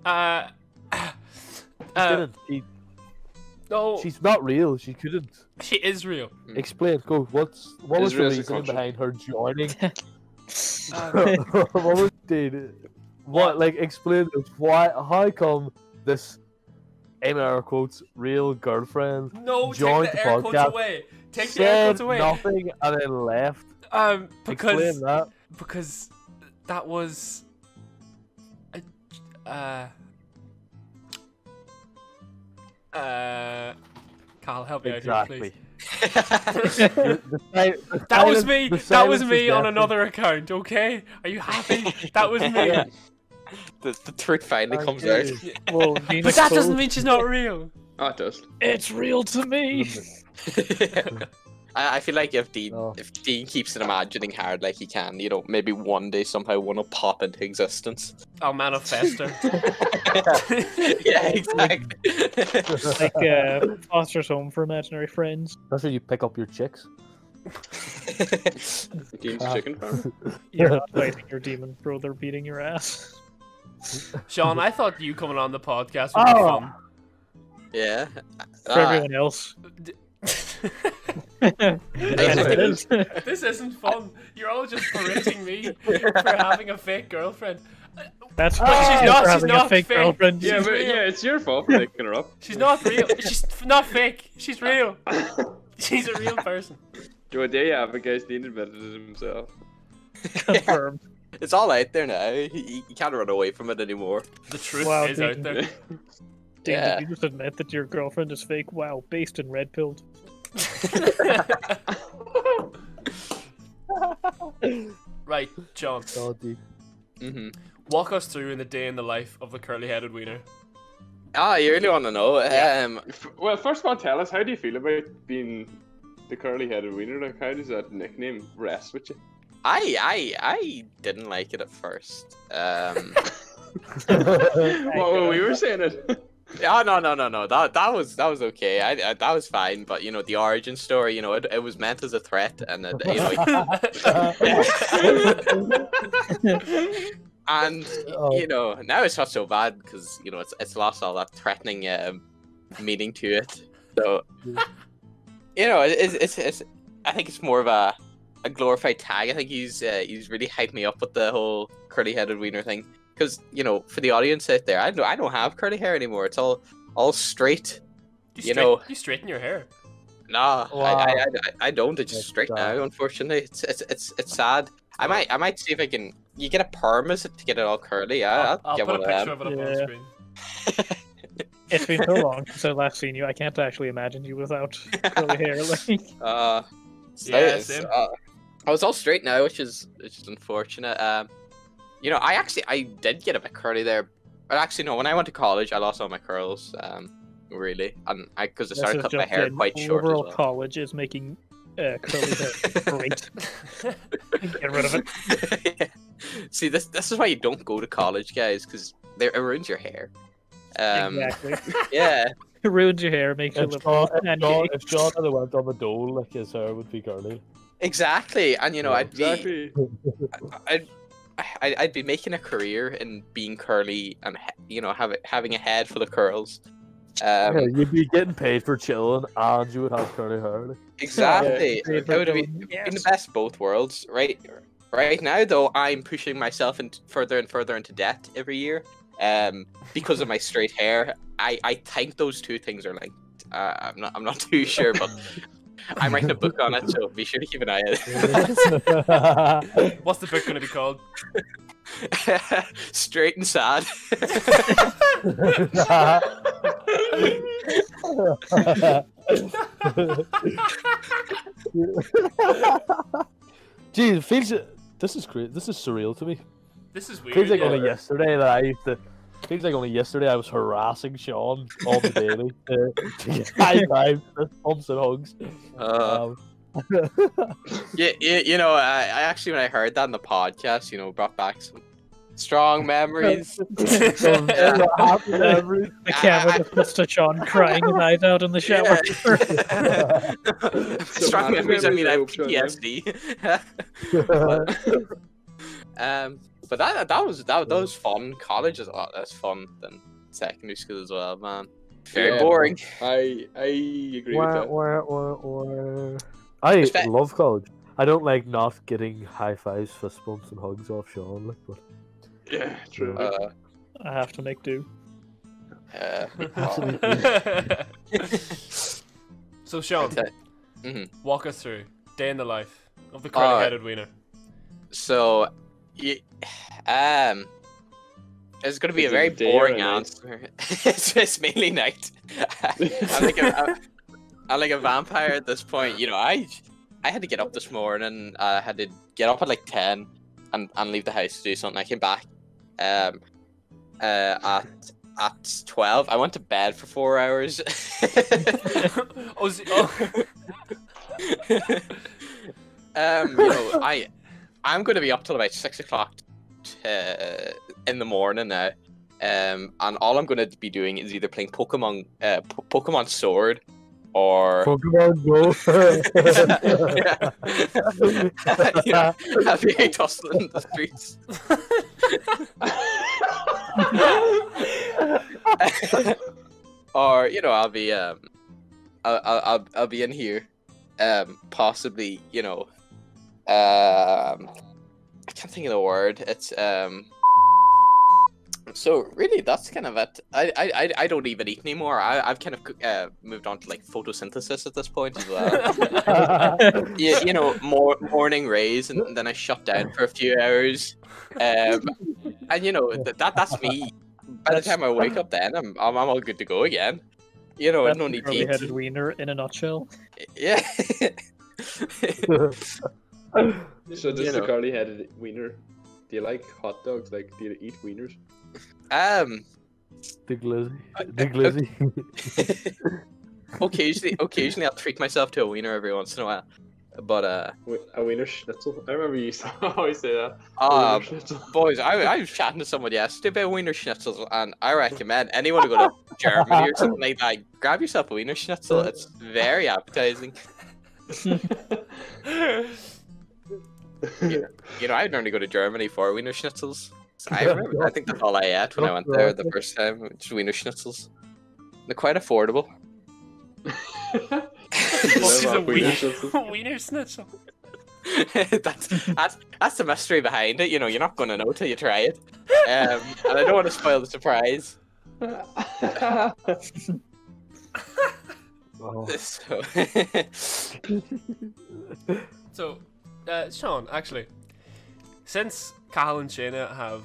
Speaker 1: Uh,
Speaker 4: She
Speaker 1: uh,
Speaker 4: didn't. She-
Speaker 1: no,
Speaker 4: she's not real. She couldn't.
Speaker 1: she is
Speaker 4: *laughs*
Speaker 1: real.
Speaker 4: Explain. Go. What's what was the
Speaker 3: Israel's a
Speaker 4: reasoning
Speaker 3: culture.
Speaker 4: behind her joining?
Speaker 1: Uh,
Speaker 4: *laughs* what was dude? What like explain this, why? How come this, in air quotes, real girlfriend
Speaker 1: no,
Speaker 4: Join
Speaker 1: take
Speaker 4: the
Speaker 1: the air quotes
Speaker 4: podcast.
Speaker 1: away. Take the air
Speaker 4: said
Speaker 1: quotes away.
Speaker 4: nothing and then left?
Speaker 1: Um,
Speaker 4: Explain
Speaker 1: because
Speaker 4: that.
Speaker 1: because that was, a- uh, uh, Carl, help me out here,
Speaker 4: Exactly.
Speaker 1: please.
Speaker 4: The- the si- the
Speaker 1: That was
Speaker 4: silence-
Speaker 1: me.
Speaker 4: the
Speaker 1: That was
Speaker 4: silence
Speaker 1: me
Speaker 4: is
Speaker 1: on
Speaker 4: deafening.
Speaker 1: another account. Okay, are you happy? That was *laughs* me.
Speaker 5: Yeah. *laughs* the, the truth finally
Speaker 4: Oh,
Speaker 5: comes out.
Speaker 4: dude.
Speaker 5: *laughs*
Speaker 2: Well,
Speaker 1: But that doesn't mean she's not real.
Speaker 3: Oh, it does.
Speaker 2: it's real to me.
Speaker 5: Mm-hmm. *laughs* I, I feel like if Dean
Speaker 4: Oh.
Speaker 5: if Dean keeps it imagining hard like he can, you know, maybe one day somehow one will pop into existence.
Speaker 1: *laughs*
Speaker 5: *laughs*
Speaker 1: I'll manifest her.
Speaker 5: yeah, exactly. *laughs*
Speaker 2: like uh, Foster's Home for Imaginary Friends.
Speaker 4: That's where you pick up your chicks.
Speaker 3: Dean's
Speaker 4: Ah.
Speaker 3: chicken farm.
Speaker 4: *laughs*
Speaker 2: You're not fighting your demon bro; they're beating your ass.
Speaker 1: Sean, I thought you coming on the podcast would
Speaker 4: Oh.
Speaker 5: yeah.
Speaker 2: For
Speaker 5: Ah,
Speaker 2: everyone else,
Speaker 1: be fun. *laughs*
Speaker 5: yeah,
Speaker 3: That's
Speaker 5: I
Speaker 3: what it
Speaker 5: could-
Speaker 3: is.
Speaker 1: this isn't fun. You're all just berating me for having a fake girlfriend.
Speaker 2: that's
Speaker 5: Ah.
Speaker 1: But
Speaker 2: why
Speaker 1: she's
Speaker 2: I'm
Speaker 1: not.
Speaker 2: for
Speaker 1: She's
Speaker 2: having
Speaker 1: not
Speaker 2: a fake,
Speaker 1: fake.
Speaker 2: girlfriend.
Speaker 3: Yeah, but yeah, it's your fault for making her up.
Speaker 1: She's not real. She's f- not fake. She's real. She's a real person.
Speaker 3: Do a day out because Dean admitted it himself.
Speaker 2: confirmed.
Speaker 5: It's all out there now. You, you can't run away from it anymore.
Speaker 1: The truth
Speaker 2: Wow,
Speaker 1: is out
Speaker 2: Dean.
Speaker 1: there.
Speaker 2: Ding,
Speaker 5: *laughs* Yeah.
Speaker 2: Did you just admit that your girlfriend is fake? Wow, based and red pilled.
Speaker 1: *laughs* right, John.
Speaker 4: Oh, *laughs*
Speaker 1: *laughs*
Speaker 4: dude.
Speaker 5: hmm
Speaker 1: Walk us through in the day in the life of the curly-headed wiener. *laughs*
Speaker 5: Ah, you really want to know? Um,
Speaker 3: F- *laughs* Well, first of all, tell us how do you feel about being the curly-headed wiener? Like, how does that nickname rest with you?
Speaker 5: I, I, I didn't like it at first. Um,
Speaker 3: *laughs* well, well, we were saying it. *laughs*
Speaker 5: Yeah, ah, no, no, no, no. That that was that was okay. I, I that was fine. But you know, the origin story. You know, it, it was meant as a threat, and it, you
Speaker 4: *laughs*
Speaker 5: know, and
Speaker 4: Oh.
Speaker 5: you know, now it's not so bad because you know it's it's lost all that threatening um, meaning to it. So
Speaker 1: *laughs*
Speaker 5: you know, it, it's, it's it's I think it's more of a a glorified tag. I think he's uh, he's really hyped me up with the whole curly headed wiener thing because you know, for the audience out there, I don't I don't have curly hair anymore. It's all all straight.
Speaker 1: You,
Speaker 5: You
Speaker 1: straight,
Speaker 5: know-
Speaker 1: you straighten your hair.
Speaker 5: Nah, I, I, I, I don't. It's just
Speaker 4: That's
Speaker 5: straight
Speaker 4: sad.
Speaker 5: now. Unfortunately, it's it's it's it's sad. I might I might see if I can. You get a perm, is it, to get it all curly? I,
Speaker 1: I'll,
Speaker 5: I'll,
Speaker 1: I'll
Speaker 5: get
Speaker 1: put a
Speaker 5: one of
Speaker 1: picture
Speaker 5: them.
Speaker 1: of it up on
Speaker 2: Yeah.
Speaker 1: screen.
Speaker 2: It's been so long since I last seen you. I can't actually imagine you
Speaker 5: *laughs*
Speaker 2: without curly hair. Like,
Speaker 5: Uh,
Speaker 1: Yeah,
Speaker 5: it's-
Speaker 1: same.
Speaker 5: uh, I was all straight now, which is which is unfortunate. Um, you know, I actually I did get a bit curly there, but actually no. When I went to college, I lost all my curls. Um, really, and I because I
Speaker 2: this
Speaker 5: started
Speaker 2: is
Speaker 5: cutting my
Speaker 2: just
Speaker 5: hair
Speaker 2: in.
Speaker 5: quite short as
Speaker 2: Liberal
Speaker 5: well.
Speaker 2: college is making uh, curly hair
Speaker 5: *laughs*
Speaker 2: great. Get rid of it.
Speaker 5: See, this this is why you don't go to college, guys, because it ruins your hair. Um,
Speaker 2: exactly. *laughs*
Speaker 5: yeah.
Speaker 2: It ruins your hair, makes you
Speaker 4: If
Speaker 2: look
Speaker 4: John, if
Speaker 2: and
Speaker 4: John,
Speaker 2: gay.
Speaker 4: if John had went on the dole, like his hair would be
Speaker 3: *laughs*
Speaker 4: curly.
Speaker 5: Exactly, and you know,
Speaker 4: Yeah.
Speaker 5: I'd be,
Speaker 3: Exactly.
Speaker 5: I'd, I'd, I'd be making a career in being curly and he- you know, have it, having a head full of curls. Um,
Speaker 4: you'd be getting paid for chilling, and you would have curly hair. like.
Speaker 5: exactly,
Speaker 2: Yeah,
Speaker 5: it would be in the best of both worlds, right? Right now, though, I'm pushing myself in further and further into debt every year, um, because of my straight hair. I, I think those two things are linked. Uh, I'm not I'm not *laughs* too sure, but I'm writing a book on it, so be sure to keep an eye out.
Speaker 1: *laughs*
Speaker 4: *laughs*
Speaker 1: What's the book going to be called?
Speaker 5: *laughs* straight and sad.
Speaker 4: Jeez, it feels this is crazy. This is surreal to me.
Speaker 1: This is
Speaker 4: Feels
Speaker 1: weird.
Speaker 4: like
Speaker 1: yeah.
Speaker 4: only yesterday that I used to. Feels like only yesterday I was harassing Sean all the daily to, to get high fives, fist bumps, and hugs.
Speaker 5: Uh,
Speaker 4: Um,
Speaker 5: Yeah, you, you know, I, I actually when I heard that in the podcast, you know, brought back some
Speaker 3: *laughs*
Speaker 5: strong memories.
Speaker 4: so,
Speaker 5: Yeah.
Speaker 4: happy memories.
Speaker 2: The camera
Speaker 5: I-
Speaker 2: just puts to John crying his eyes out
Speaker 5: *laughs*
Speaker 2: in the shower.
Speaker 5: strong
Speaker 3: bad
Speaker 5: memories. I mean, I have
Speaker 3: memories, I hope so, yeah.
Speaker 5: PTSD.
Speaker 4: *laughs*
Speaker 5: *laughs* um, but that that was that, that was fun. College is a lot less fun than secondary school as well, man. Very
Speaker 3: Yeah.
Speaker 5: boring.
Speaker 3: I I agree with
Speaker 4: Wah,
Speaker 3: that.
Speaker 4: wah, wah, wah. I
Speaker 5: Respect.
Speaker 4: love college. I don't like not getting high fives, fist bumps, and hugs off Sean. Like, but
Speaker 3: *laughs* Yeah, true.
Speaker 5: Uh,
Speaker 2: I have to make do.
Speaker 5: uh,
Speaker 1: *laughs* so Sean,
Speaker 5: That's it. Mhm.
Speaker 1: walk us through day in the life of the
Speaker 5: Alright.
Speaker 1: curly-headed wiener. *laughs*
Speaker 5: so, y um, it's gonna be
Speaker 3: Is
Speaker 5: a
Speaker 3: it
Speaker 5: very
Speaker 3: day or
Speaker 5: boring
Speaker 3: a night?
Speaker 5: answer. *laughs* it's, it's mainly night. *laughs* I'm like a, I'm, I'm like a vampire at this point. You know, I I had to get up this morning. I had to get up at like ten and, and leave the house to do something. I came back um uh at at twelve. I went to bed for four
Speaker 3: *laughs*
Speaker 5: hours. *laughs*
Speaker 1: oh, is- oh,
Speaker 5: um, you know, I I'm going to be up till about six o'clock t- uh, in the morning now, um, and all I'm going to be doing is either playing Pokemon, uh, po- Pokemon Sword,
Speaker 4: *laughs*
Speaker 5: or *laughs*
Speaker 4: Pokemon
Speaker 3: *laughs*
Speaker 4: Go.
Speaker 5: yeah. *laughs* you know, *laughs* I'll be tussling in the streets. *laughs* or you know, I'll be um, I'll I'll, I'll, I'll be in here, um, possibly you know, um, I can't think of the word. It's um. So really, that's kind of it. I I, I, I don't even eat anymore. I I've kind of uh, moved on to like photosynthesis at this point as well you, you know, more morning rays, and then I shut down for a few hours. Um, and you know th- that that's me. By the time I wake up, then I'm I'm, I'm all good to go again. You know, I
Speaker 2: That's
Speaker 5: don't
Speaker 2: the
Speaker 5: Oh, need to eat.
Speaker 2: curly-headed wiener in a nutshell.
Speaker 5: Yeah. *laughs*
Speaker 3: so
Speaker 5: you
Speaker 3: this is a
Speaker 5: know.
Speaker 3: curly headed wiener. Do you like hot dogs? Like, do you eat wieners?
Speaker 5: um.
Speaker 4: Big Lizzy. Big Lizzy.
Speaker 5: occasionally, occasionally, I'll treat myself to a wiener every once in a while. But uh,
Speaker 3: Wi- A wiener schnitzel. *laughs* I remember you used to always say that.
Speaker 5: um,
Speaker 3: Wiener *laughs* schnitzel.
Speaker 5: boys, I, I was chatting to someone yesterday about wiener schnitzels, and I recommend anyone who go to Germany or something like that, grab yourself a wiener schnitzel. It's very appetizing.
Speaker 3: *laughs*
Speaker 5: You know, I normally go to Germany for Wiener Schnitzels. So I remember, I think that's all I ate when I went there the first time, which Wiener Schnitzels. They're quite affordable. *laughs*
Speaker 1: This is
Speaker 3: Love
Speaker 1: a
Speaker 3: our wiener
Speaker 1: wiener,
Speaker 3: *laughs* schnitzel.
Speaker 1: *laughs* wiener schnitzel.
Speaker 5: that's, that's that's the mystery behind it. You know, you're not gonna know till you try it. Um, and I don't want to spoil the surprise.
Speaker 4: Oh.
Speaker 5: So, *laughs*
Speaker 1: So, uh, Sean, actually, since Cahill and Shayna have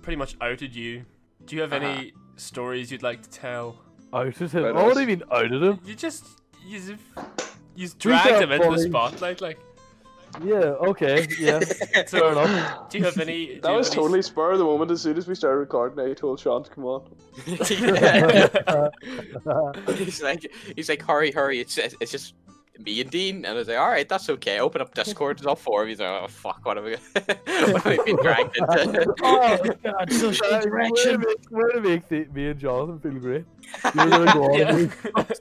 Speaker 1: pretty much outed you, do you have any stories you'd like to tell?
Speaker 4: Outed him.
Speaker 3: Right,
Speaker 4: I would
Speaker 3: nice.
Speaker 4: have been outed him.
Speaker 1: You just you you
Speaker 4: are
Speaker 1: dragged him into the
Speaker 4: boring.
Speaker 1: spotlight. Like,
Speaker 4: Yeah, okay, yeah. Fair
Speaker 1: so,
Speaker 4: enough. *laughs*
Speaker 3: *laughs*
Speaker 1: do you have any? do
Speaker 3: That
Speaker 1: you
Speaker 3: was
Speaker 1: have
Speaker 3: totally spur of the moment. As soon as we started recording, I told Sean to come on.
Speaker 5: yeah. he's like, he's like, hurry, hurry! It's it's just me and Dean, and I was like, all right, that's okay. Open up Discord, it's all four of you. He's like, oh fuck, what have we, *laughs* what have we been dragged into?
Speaker 2: Oh god, *laughs* social
Speaker 4: Uh,
Speaker 2: interaction.
Speaker 4: We're gonna make the, me and Jonathan feel great. You're gonna go
Speaker 2: *laughs*
Speaker 4: on. and
Speaker 1: any-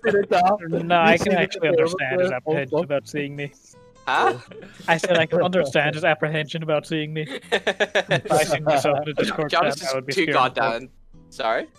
Speaker 4: sit it down.
Speaker 2: No, I
Speaker 4: You
Speaker 2: can
Speaker 4: see the
Speaker 2: actually
Speaker 4: photo
Speaker 2: understand his
Speaker 4: there?
Speaker 2: apprehension
Speaker 4: Oh, fuck.
Speaker 2: about seeing me.
Speaker 5: Huh?
Speaker 2: I said I can understand his apprehension about seeing me. If I seen myself in a Discord
Speaker 5: John is
Speaker 2: chat, I
Speaker 5: just
Speaker 2: would be
Speaker 5: too
Speaker 2: scared. as fuck.
Speaker 5: goddamn. Sorry. *laughs*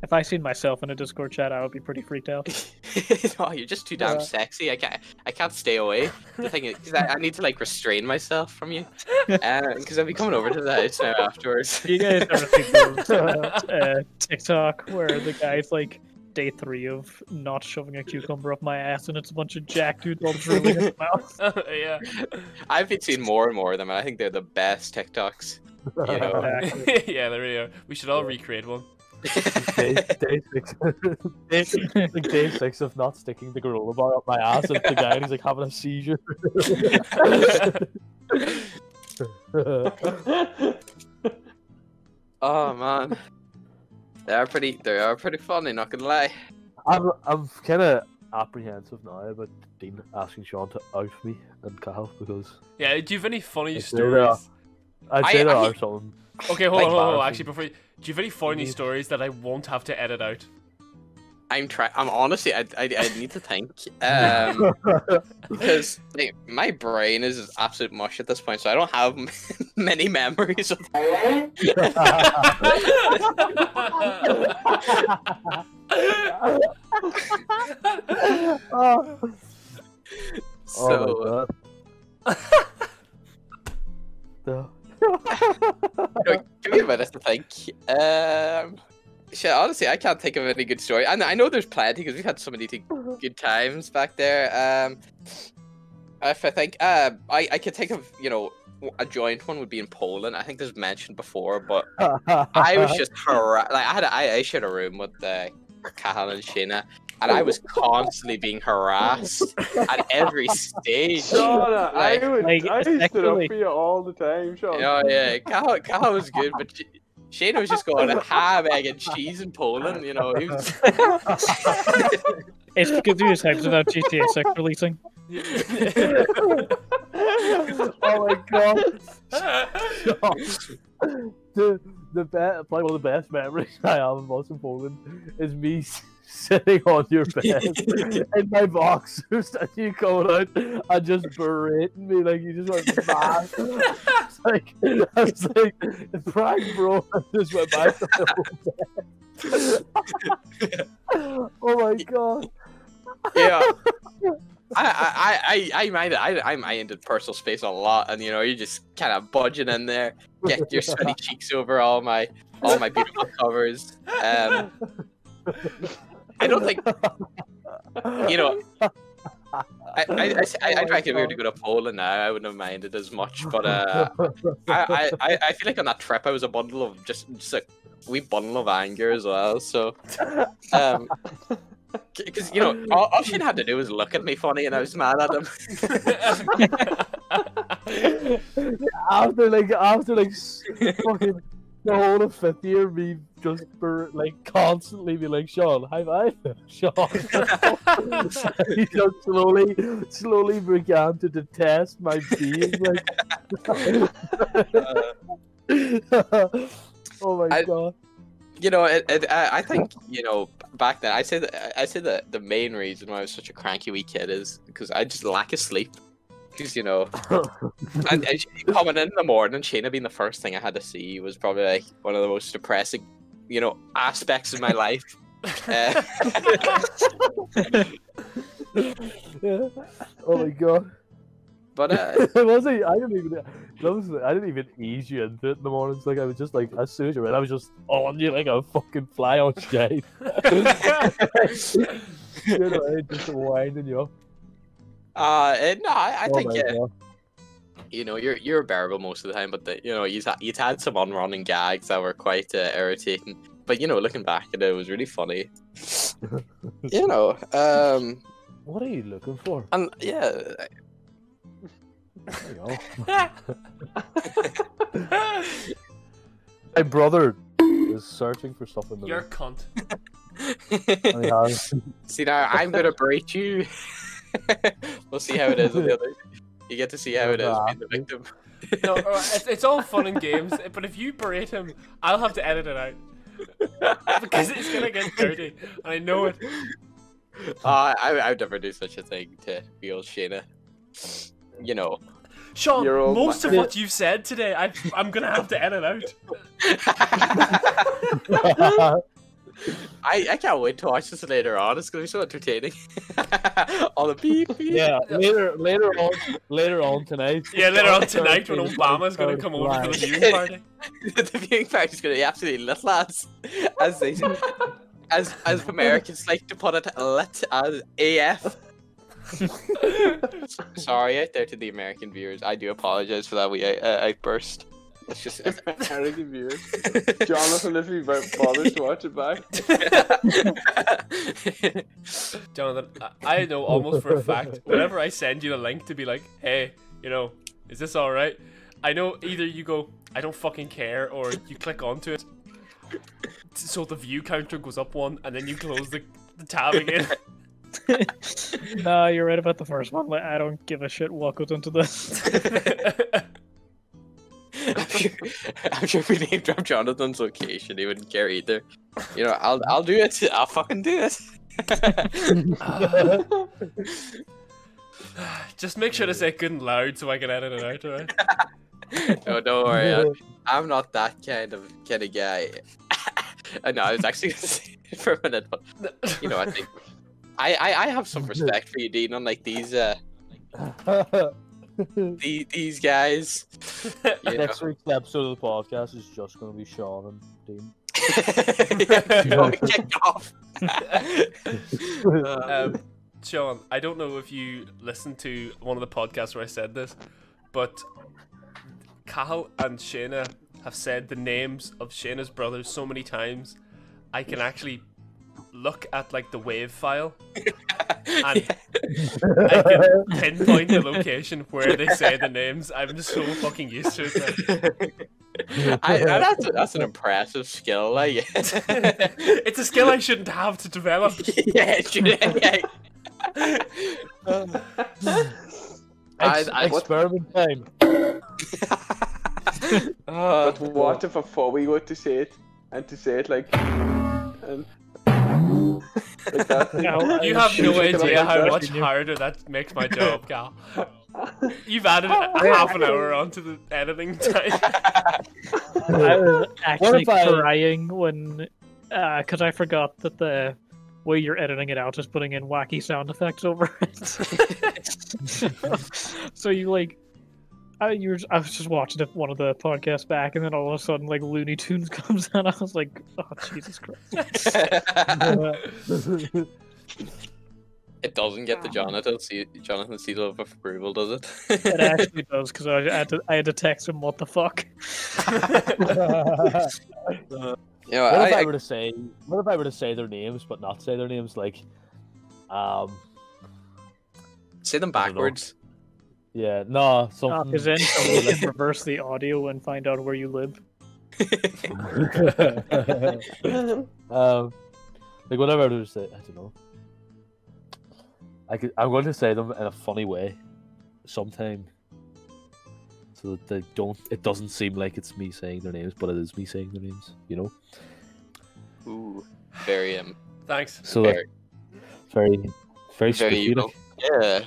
Speaker 2: If I seen myself in a Discord chat, I would be pretty freaked
Speaker 5: *laughs*
Speaker 2: out.
Speaker 5: no, Oh, you're just too damn
Speaker 4: Yeah.
Speaker 5: sexy. I can't. I can't stay away. The thing is, 'cause I, I need to like restrain myself from
Speaker 2: *laughs*
Speaker 5: you, because I'll be coming over to the house now afterwards.
Speaker 2: You guys ever seen those, uh, uh, TikTok where the guy's like day three of not shoving a cucumber up my ass, and it's a bunch of jack dudes all drooling in his mouth.
Speaker 1: *laughs* yeah.
Speaker 5: I've been seeing more and more of them, and I think they're the best TikToks. You
Speaker 2: *laughs*
Speaker 5: know.
Speaker 2: Exactly.
Speaker 1: *laughs* yeah, there we are. We should all recreate one.
Speaker 4: Day, day six. *laughs* day six. Like day six of not sticking the gorilla bar up my ass, and the guy he's like having a seizure. *laughs*
Speaker 5: oh man, they are pretty. They are pretty funny. Not gonna lie.
Speaker 4: I'm I'm kind of apprehensive now about Dean asking Sean to out me and Kyle because
Speaker 1: yeah, do you have any funny
Speaker 4: It's really, uh,
Speaker 1: stories?
Speaker 4: I'd
Speaker 5: I-
Speaker 4: say there
Speaker 5: I-
Speaker 4: are
Speaker 2: *laughs*
Speaker 4: some. *laughs*
Speaker 1: Okay, hold on, hold on, hold on.
Speaker 4: Embarrassing.
Speaker 1: Actually, before you, do you have any funny
Speaker 4: Mhm.
Speaker 1: stories that I won't have to edit out?
Speaker 5: I'm trying. I'm honestly. I, I, I need to think.
Speaker 2: *laughs*
Speaker 5: Um, because like, my brain is absolute mush at this point, so I don't have *laughs* many memories of
Speaker 4: Oh,
Speaker 5: So uh,
Speaker 4: my God.
Speaker 5: *laughs*
Speaker 4: *laughs* No.
Speaker 5: uh, give me a minute to think. Um, shit, honestly, I can't think of any good story. I know, I know there's plenty because we've had so many t- good times back there. Um, if I think, uh, I I could think of you know a joint one would be in Poland. I think this was mentioned before, but
Speaker 4: *laughs*
Speaker 5: I was just harassed. Like I had, a, I, I shared a room with uh, Cahan and Sheena, and I was constantly being harassed at every stage.
Speaker 3: *laughs* Sean, I
Speaker 5: Like-
Speaker 3: would.
Speaker 2: like,
Speaker 3: I used to
Speaker 2: effectively-
Speaker 3: up for you all the time, Sean.
Speaker 5: Oh yeah, Cahan, Cahan was good, but Sh- Shayna was just going ham, egg, and cheese in Poland. You know, he was,
Speaker 2: It's because he was hyped about GTA 6 releasing.
Speaker 4: oh my god. *laughs* the the be- probably one of the best memories I have of us in Poland is me *laughs* s- sitting on your bed *laughs* in my boxers and you coming out and just berating me like you just went *laughs* mad. It's like I was like prank bro *laughs* and just went back to my own bed. *laughs* oh my god.
Speaker 5: yeah. I, I, I, I, mind it. I, I minded personal space a lot, and you know, you're just kind of budging in there, get your sweaty cheeks over all my, all my beautiful covers. Um, I don't think you know, I, I, I, I, I reckon if we were to go to Poland now, I wouldn't have minded as much. But uh, I, I, I- I feel like on that trip, I was a bundle of just, just a wee bundle of anger as well. So, um, because you know, all, all she had to do was look at me funny, and I was mad at him. *laughs*
Speaker 4: after like after like s- fucking the whole of fifth year me just for like constantly be like Sean, high five, *laughs* Sean. you know, slowly, slowly began to detest my being. Like, *laughs* oh my
Speaker 5: I-
Speaker 4: god! *laughs*
Speaker 5: you know, it, it, I I think you know back then. I say that I say that the main reason why I was such a cranky wee kid is because I just lack of sleep. Because you know, and, and she coming in the morning, Shayna being the first thing I had to see was probably like one of the most depressing, you know, aspects of my life. Uh,
Speaker 4: Yeah. Oh my god! *laughs*
Speaker 5: but uh,
Speaker 4: was he? I didn't even. That was, I didn't even ease you into it in the mornings. Like I was just like as soon as you went, I was just on you like a fucking fly on
Speaker 1: *laughs*
Speaker 4: shade. *laughs* you know, I just winding you up.
Speaker 5: Uh, and no, I, I
Speaker 4: Oh
Speaker 5: think
Speaker 4: my
Speaker 5: yeah,
Speaker 4: God.
Speaker 5: you know you're you're bearable most of the time, but the, you know you've ha- you've had some on running gags that were quite uh, irritating. But you know, looking back at it, it was really funny. you know, um,
Speaker 4: What are you looking
Speaker 5: *laughs*
Speaker 4: for?
Speaker 5: and yeah,
Speaker 4: There you go. My brother is searching for stuff in the *laughs*
Speaker 1: You're a
Speaker 4: room.
Speaker 1: cunt.
Speaker 4: And
Speaker 1: *laughs*
Speaker 4: he has-
Speaker 5: *laughs* see now I'm gonna break you. *laughs* we'll see how it is with the others. You get to see how it is being the victim. *laughs*
Speaker 1: No, all right, it's, it's all fun and games, but if you berate him, I'll have to edit it out. because it's gonna get dirty. and I know it.
Speaker 5: Uh, I I would never do such a thing to be old Shayna. You know.
Speaker 1: Sean,
Speaker 3: You're all
Speaker 1: most of
Speaker 4: black.
Speaker 1: what you've said today, I, I'm gonna have to edit out.
Speaker 5: I, I can't wait to watch this later on. It's gonna be so entertaining. *laughs* All the beep beep.
Speaker 4: yeah, later, later on, later on tonight.
Speaker 1: Yeah, later on tonight when Obama's gonna come over for the viewing party.
Speaker 5: *laughs* the viewing party is gonna be absolutely lit, lads. As they, as as Americans like to put it, lit as AF. Sorry out there to the American viewers. I do apologize for that wee uh, outburst. It's just.
Speaker 3: *laughs* American viewers. Jonathan, if you bothers to watch it back.
Speaker 1: Jonathan, I, I know almost for a fact, whenever I send you the link to be like, hey, you know, is this alright? I know either you go, I don't fucking care, or you click onto it. So the view counter goes up one, and then you close the, the tab again. *sighs*
Speaker 2: Nah, you're right about the first one. Like, I don't give a shit what goes into this. *laughs*
Speaker 5: I'm sure, I'm sure if we name drop Jonathan's location, he wouldn't care either. You know, I'll I'll do it. I'll fucking do it. *laughs*
Speaker 1: Just make sure to say it good and loud so I can edit it out, alright?
Speaker 5: no, don't worry. I, I'm not that kind of kind of guy. *laughs* Uh, no, I was actually gonna *laughs* say it for a minute, but you know, I think I I, I have some respect for you, Dean. Unlike these uh
Speaker 4: *laughs*
Speaker 5: the, these guys. You know.
Speaker 4: Next week's episode of the podcast is just going to be Sean and Dean.
Speaker 5: yeah, *laughs* no, we kicked off. *laughs*
Speaker 1: Um, Sean, I don't know if you listened to one of the podcasts where I said this, but Cal and Shayna have said the names of Shayna's brothers so many times, I can actually look at like the wave file
Speaker 5: *laughs*
Speaker 1: and I
Speaker 4: *laughs*
Speaker 1: can pinpoint the location where they say the names. I'm so fucking used to it. now.
Speaker 5: *laughs* I, I- that's, that's an impressive skill, I guess.
Speaker 1: *laughs*
Speaker 5: *laughs*
Speaker 1: it's a skill I shouldn't have to develop.
Speaker 5: yeah, sure, yeah. I-
Speaker 4: Ex-
Speaker 5: I-
Speaker 4: experiment time.
Speaker 5: Uh,
Speaker 3: But what if I thought we were to say it and to say it like and like that?
Speaker 4: *laughs*
Speaker 2: Now,
Speaker 1: *laughs* You
Speaker 2: I-
Speaker 1: have no
Speaker 3: Sure, sure,
Speaker 1: idea how
Speaker 3: sure.
Speaker 1: much harder that makes my job, Cal. You've added a- half an hour onto the editing time. *laughs*
Speaker 2: I was
Speaker 4: *laughs*
Speaker 2: actually
Speaker 4: if I-
Speaker 2: crying when, because I forgot that the way you're editing it out is putting in wacky sound effects over *laughs* it. so you like, I you were, I was just watching it- one of the podcasts back, and then all of a sudden like Looney Tunes *laughs* comes on. I was like, oh
Speaker 4: *laughs*
Speaker 2: Jesus Christ!
Speaker 5: *laughs* it doesn't get the Jonathan see Jonathan seal of approval, does
Speaker 2: It
Speaker 5: it?
Speaker 2: actually does because I, had to I had to text him, what the fuck?
Speaker 5: *laughs*
Speaker 4: what
Speaker 5: you know,
Speaker 4: if I,
Speaker 5: I, I,
Speaker 4: were to say? What if I were to say their names but not say their names? Like, um,
Speaker 5: say them
Speaker 4: I don't know.
Speaker 5: backwards.
Speaker 4: yeah, no, something. Mm.
Speaker 2: Because then we can reverse the audio and find out where you live.
Speaker 4: *laughs* um, like whatever I would say, I don't know. I could, I'm going to say them in a funny way, sometime, so that they don't. It doesn't seem like it's me saying their names, but it is me saying their names. You know,
Speaker 5: Ooh,
Speaker 4: *laughs*
Speaker 5: very um,
Speaker 1: Thanks.
Speaker 4: so that
Speaker 5: Very.
Speaker 4: very, very,
Speaker 5: Very
Speaker 4: spooky, like.
Speaker 5: yeah.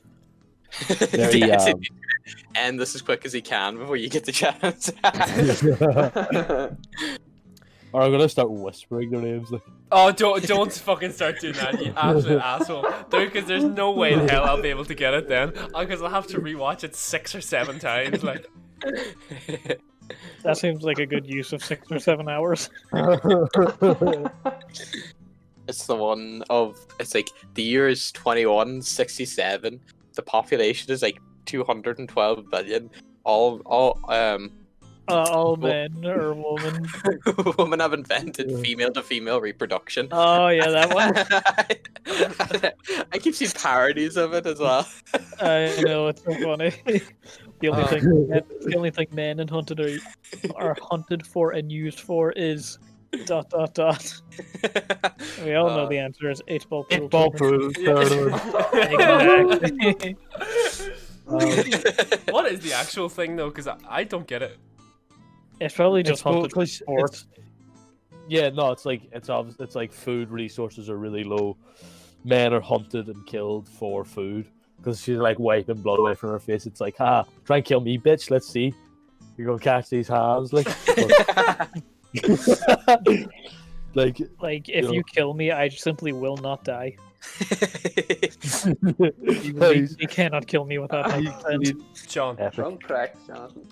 Speaker 4: *laughs*
Speaker 5: *laughs*
Speaker 4: Very,
Speaker 5: Yes,
Speaker 4: um,
Speaker 5: end this as quick as he can before you get the
Speaker 4: *laughs*
Speaker 5: chance.
Speaker 3: *laughs*
Speaker 4: or I'm gonna start whispering their names. *laughs* Like,
Speaker 1: Oh, don't don't fucking start doing that, you absolute asshole. Because there's no way in hell I'll be able to get it then. Because I'll have to rewatch it six or seven times. Like,
Speaker 2: That seems like a good use of six or seven hours. *laughs*
Speaker 5: it's the one of it's like the year is 2167. The population is like 212 billion. All all um *laughs*
Speaker 2: Uh, all
Speaker 5: Well-
Speaker 2: men or women.
Speaker 5: women have invented
Speaker 4: Yeah.
Speaker 5: female to female reproduction.
Speaker 2: Oh yeah, that one.
Speaker 4: *laughs*
Speaker 5: *laughs* I keep seeing parodies of it as well.
Speaker 2: I know it's so funny. *laughs* the
Speaker 4: Uh,
Speaker 2: only thing
Speaker 4: *laughs*
Speaker 2: the only thing men in hunted are, are hunted for and used for is dot dot dot. We all know
Speaker 5: Uh,
Speaker 2: the answer is eight ball pool.
Speaker 4: Eight *laughs* ball
Speaker 2: tournament.
Speaker 4: pool, third
Speaker 1: *laughs*
Speaker 4: one.
Speaker 2: *laughs*
Speaker 4: *laughs*
Speaker 2: Exactly.
Speaker 4: Um,
Speaker 1: what is the actual thing though? Because I, I don't get it.
Speaker 2: it's probably
Speaker 4: It's
Speaker 2: just
Speaker 4: bo-
Speaker 2: hunted for
Speaker 4: 'cause
Speaker 2: sport.
Speaker 4: it's- *laughs* Yeah, no, it's like it's obvious. It's like food resources are really low. Men are hunted and killed for food because she's like wiping blood away from her face. It's like, ha, try and kill me, bitch. Let's see. You're gonna catch these hands, *laughs* like, like,
Speaker 2: Like if
Speaker 4: Yeah.
Speaker 2: you kill me, I simply will not die.
Speaker 4: Um,
Speaker 5: *laughs*
Speaker 4: *laughs*
Speaker 2: You,
Speaker 4: Please.
Speaker 2: you cannot kill me
Speaker 4: *laughs*
Speaker 2: without my consent.
Speaker 1: Sean,
Speaker 4: Epic.
Speaker 3: crack, Jonathan.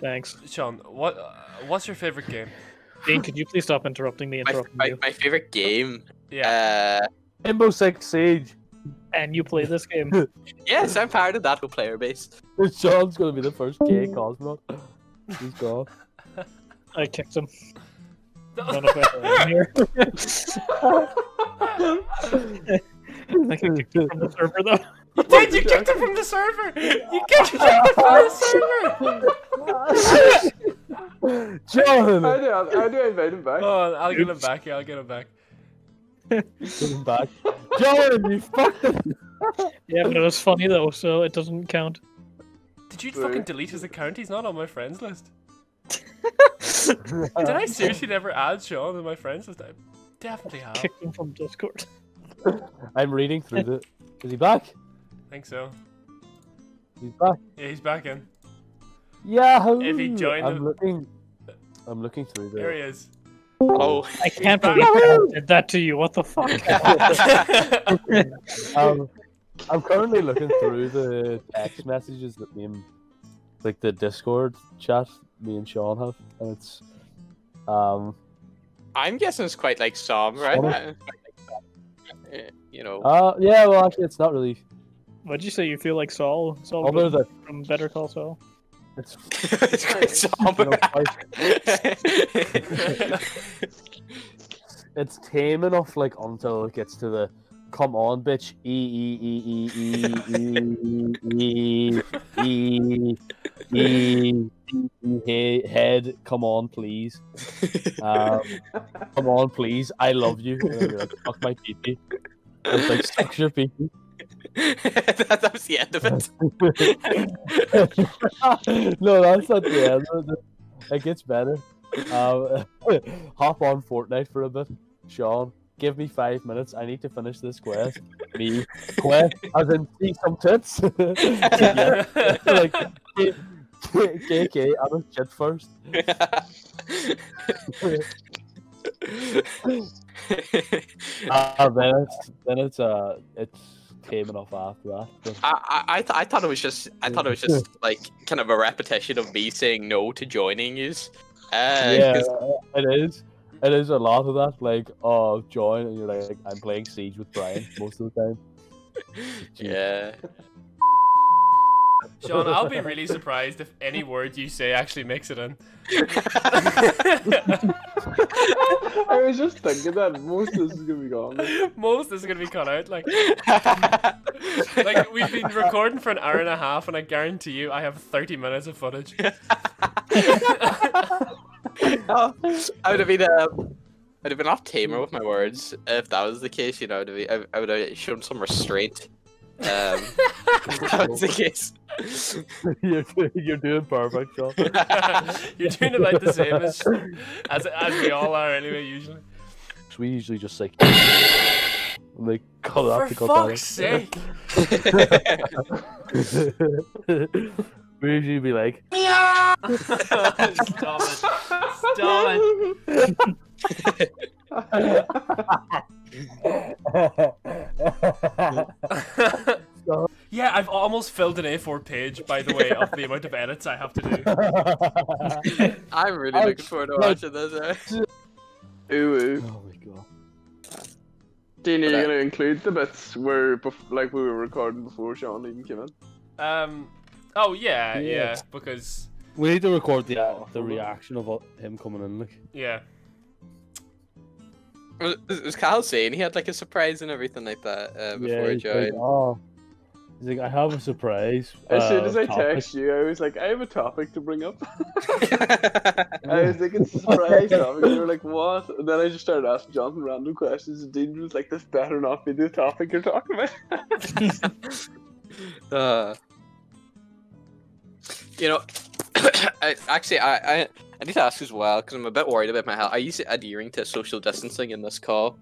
Speaker 2: Thanks,
Speaker 1: Sean, what uh, what's your favorite game?
Speaker 2: Dean. Could you please stop interrupting me?
Speaker 5: my,
Speaker 2: Interrupting
Speaker 5: my,
Speaker 2: you.
Speaker 5: my favorite game.
Speaker 1: Yeah,
Speaker 5: Uh,
Speaker 4: Rainbow Six Siege.
Speaker 2: And you play this game.
Speaker 5: yes, I'm part of that whole player base.
Speaker 4: Sean's gonna be the first gay cosmonaut. He's gone.
Speaker 2: I kicked him.
Speaker 1: *laughs* No.
Speaker 2: None of it in here.
Speaker 1: *laughs*
Speaker 2: I kicked him from the server though.
Speaker 1: dude, you kicked it from the server. You kicked it from *laughs* the server.
Speaker 3: I
Speaker 4: *laughs* John,
Speaker 3: do, I do invite him back.
Speaker 1: Oh, I'll get him back. Yeah, I'll get him back.
Speaker 4: Come back. John, you fucked it.
Speaker 2: Yeah, but it was funny though, so it doesn't *laughs* count.
Speaker 1: Did you
Speaker 3: Wait.
Speaker 1: fucking delete his account? He's not on my friends list. Did I seriously never add Sean to my friends list? I definitely have. *laughs*
Speaker 2: Kicked him from Discord.
Speaker 4: I'm reading through the. Is he back?
Speaker 1: I think so.
Speaker 4: He's back.
Speaker 1: Yeah, he's back in.
Speaker 4: Yahoo!
Speaker 1: If he joined
Speaker 4: I'm
Speaker 1: the-
Speaker 4: looking. I'm looking through
Speaker 1: There he
Speaker 4: the.
Speaker 1: is.
Speaker 5: Oh,
Speaker 2: I can't
Speaker 1: back.
Speaker 2: believe I did that to you. What the fuck?
Speaker 4: Um, I'm currently looking through the text messages that me and, like the Discord chat me and Sean have, and it's, um,
Speaker 5: I'm guessing it's quite like some, right?
Speaker 4: Some.
Speaker 5: Uh, You know,
Speaker 4: uh, yeah, well, actually, it's not really.
Speaker 2: *laughs* What'd you say? You feel like Saul?
Speaker 1: Oh,
Speaker 2: Saul
Speaker 4: Although
Speaker 2: Goodman
Speaker 4: the
Speaker 2: from Better Call Saul.
Speaker 4: *laughs* it's
Speaker 5: it's *laughs* quite
Speaker 4: you know,
Speaker 5: somber.
Speaker 4: quite- it's tame enough, like until it gets to the, come on, bitch, e e e e e e e e e e he- head, come on, please. Um, come on, please. I love you. And I'd be like, Fuck my PP. It's like, suck your PP.
Speaker 5: that, that was the end of it.
Speaker 4: *laughs*
Speaker 5: *laughs*
Speaker 4: no, that's not the end. of it. It gets better. Um, *laughs* hop on Fortnite for a bit. Sean, give me five minutes. I need to finish this quest. Me, quest, as in see some tits. *laughs* yeah. like, K- K- KK, I'm a shit first. Uh, then it's, then it's, uh, it's tame enough after that. But-
Speaker 5: I, I, I, th- I thought it was just I thought it was just like kind of a repetition of me saying no to joining yous. Uh,
Speaker 4: yeah,
Speaker 5: 'cause-
Speaker 4: it is. It is a lot of that, like, oh, join, and you're like, I'm playing Siege with Brian most of the time.
Speaker 5: *laughs* yeah.
Speaker 1: *laughs* Sean, I'll be really surprised if any word you say actually makes it *laughs* in.
Speaker 3: *laughs* I was just thinking that most of this is gonna be gone.
Speaker 1: Most is gonna be cut out.
Speaker 5: *laughs*
Speaker 1: Like, *laughs* *laughs* like we've been recording for an hour and a half, and I guarantee you, I have thirty minutes of footage.
Speaker 5: Oh, I would have been um, I'd have been off tamer with my words if that was the case. You know, I'd have been- I, I would have shown some restraint. Um, if that was the case. *laughs*
Speaker 4: you're, doing- you're doing perfect, Sean.
Speaker 1: *laughs* You're doing about the same as, as as we all are anyway. Usually.
Speaker 4: So we usually just like *coughs* like cut
Speaker 1: For
Speaker 4: off to cut
Speaker 1: fuck's sake!
Speaker 4: down. *laughs* we usually be like,
Speaker 1: *laughs* Stop it! Stop it! *laughs* yeah, I've almost filled an A4 page, by the way, of the amount of edits I have to do.
Speaker 4: oh
Speaker 5: I'm really
Speaker 4: Oh,
Speaker 5: looking forward to
Speaker 4: no.
Speaker 5: watching this. eh?
Speaker 3: Ooh, ooh.
Speaker 4: my god.
Speaker 3: Dean, are
Speaker 5: But I-
Speaker 3: you gonna include the bits where, bef- like, we were recording before Sean even came in?
Speaker 1: Um. Oh yeah, yeah.
Speaker 4: Yeah.
Speaker 1: because
Speaker 4: *laughs* We need to record the uh, the
Speaker 3: hold on.
Speaker 4: reaction of uh, him coming in. Like,
Speaker 1: yeah.
Speaker 5: Was, was Kyle saying he had like a surprise and everything like that uh, before he
Speaker 4: he's like,
Speaker 5: joined?
Speaker 4: oh. He's like, I have a surprise.
Speaker 3: *laughs* As soon
Speaker 4: uh,
Speaker 3: as I
Speaker 4: topic."
Speaker 3: text you, I was like, I have a topic to bring
Speaker 4: *laughs*
Speaker 3: up. I was like, it's a surprise topic. And you were like, what? And then I just started asking Jonathan random questions. And Dean was like, this better not be the topic you're talking about.
Speaker 5: Uh, you know, *coughs* I, actually, I, I I need to ask as well because I'm a bit worried about my health. Are you adhering to social distancing in this call?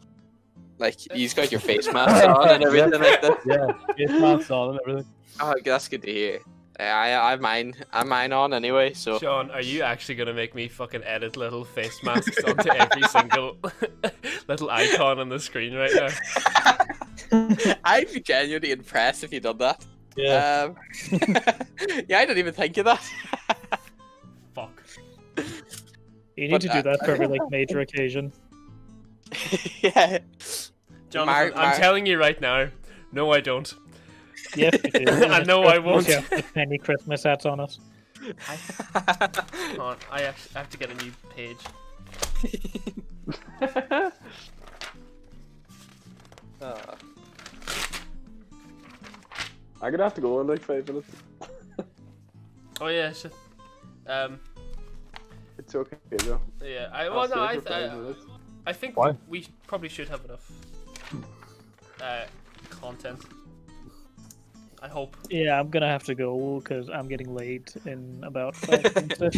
Speaker 5: Like, you've got your face mask on and everything like that.
Speaker 4: Yeah, face mask on and everything.
Speaker 5: Oh, that's good to hear. I I I mine I mine on anyway, so
Speaker 1: Sean, are you actually gonna make me fucking edit little face masks onto every single *laughs* little icon on the screen right now?
Speaker 5: *laughs* I'd be genuinely impressed if you did that.
Speaker 4: Yeah.
Speaker 5: Um, *laughs* yeah, I didn't even think of that. *laughs*
Speaker 1: Fuck.
Speaker 2: You
Speaker 5: But
Speaker 2: need to do
Speaker 5: I-
Speaker 2: that for
Speaker 1: *laughs*
Speaker 2: every like major occasion.
Speaker 5: yeah. *laughs*
Speaker 1: Jonathan,
Speaker 5: Mar-
Speaker 1: I'm
Speaker 5: Mar-
Speaker 1: telling you right now. No, I don't.
Speaker 2: Yes, you
Speaker 1: *laughs*
Speaker 2: do.
Speaker 1: I know I won't.
Speaker 2: Yeah, with many Christmas hats on us.
Speaker 1: Hold on, I have, I have to get a new page.
Speaker 5: Uh,
Speaker 3: I'm gonna have to go in like five minutes.
Speaker 1: Oh yeah, shit. Um,
Speaker 3: It's okay, though.
Speaker 1: yeah. I
Speaker 3: I'll
Speaker 1: well, no,
Speaker 3: stay
Speaker 1: I, uh,
Speaker 3: for five
Speaker 1: I,
Speaker 3: minutes.
Speaker 1: I think
Speaker 4: Why?
Speaker 1: we probably should have enough uh, content. I hope.
Speaker 2: Yeah, I'm gonna have to go because I'm getting late in about five
Speaker 1: *laughs*
Speaker 2: minutes.
Speaker 1: Do
Speaker 4: *laughs*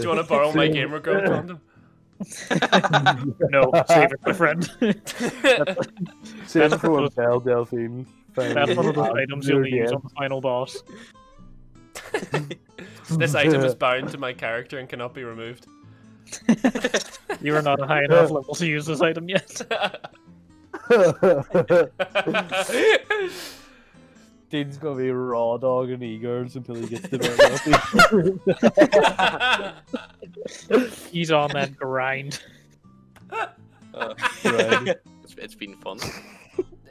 Speaker 1: you want to borrow my gamer girl condom?
Speaker 2: no, save it, my friend.
Speaker 4: Save it for when Belle Delphine.
Speaker 2: That's one of those items you'll use on the final boss.
Speaker 1: *laughs*
Speaker 4: *laughs*
Speaker 1: this item is bound to my character and cannot be removed. *laughs*
Speaker 2: You are not a high enough level to use this item yet.
Speaker 4: Dean's gonna be raw dog and eager until he gets to Belle Delphine.
Speaker 2: He's on that grind.
Speaker 5: uh,
Speaker 4: Right.
Speaker 5: it's, it's been fun.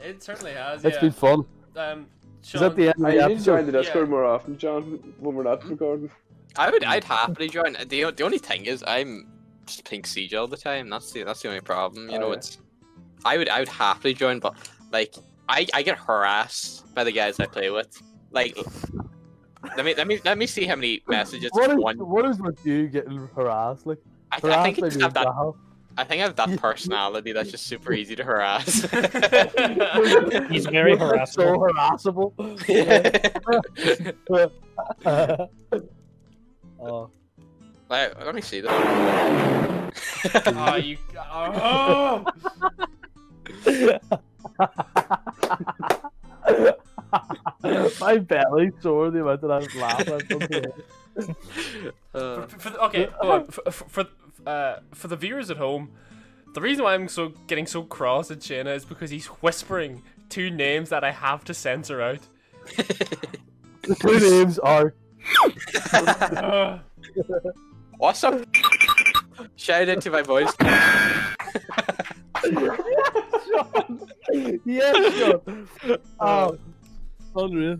Speaker 1: it certainly has.
Speaker 4: It's
Speaker 1: yeah.
Speaker 4: been fun.
Speaker 1: Um, Sean,
Speaker 4: Is that the end of
Speaker 3: I
Speaker 4: the
Speaker 3: need to join
Speaker 4: episode?
Speaker 3: the Discord more often, John, when we're
Speaker 1: Mm.
Speaker 3: not recording.
Speaker 5: I would, I'd happily join. The, o- the only thing is, I'm just playing Siege all the time. That's the that's the only problem. You
Speaker 3: Oh,
Speaker 5: know,
Speaker 3: yeah.
Speaker 5: it's. I would, I would happily join, but like, I, I get harassed by the guys I play with. Like, let me, let me, let me see how many messages
Speaker 4: What is,
Speaker 5: one.
Speaker 4: what is with you getting harassed? Like,
Speaker 5: I, I
Speaker 4: harassed
Speaker 5: think
Speaker 4: like
Speaker 5: it's, I've that, *laughs*
Speaker 4: that.
Speaker 5: I think I have that personality that's just super easy to harass.
Speaker 1: *laughs*
Speaker 5: *laughs*
Speaker 2: He's very harassable.
Speaker 4: So harassable.
Speaker 5: like,
Speaker 4: *laughs* oh,
Speaker 5: let me see this.
Speaker 1: Oh, you. Oh!
Speaker 4: *laughs* my belly sore the amount that I was *laughs* laughing.
Speaker 5: Uh,
Speaker 1: For- for the- okay, hold on. For, for, for, uh, for the viewers at home, the reason why I'm so getting so cross at Shayna is because he's whispering two names that I have to censor out.
Speaker 4: The two names are
Speaker 1: Ugh.
Speaker 5: What's up? Shout out to my boys.
Speaker 4: yes, John. Oh, unreal.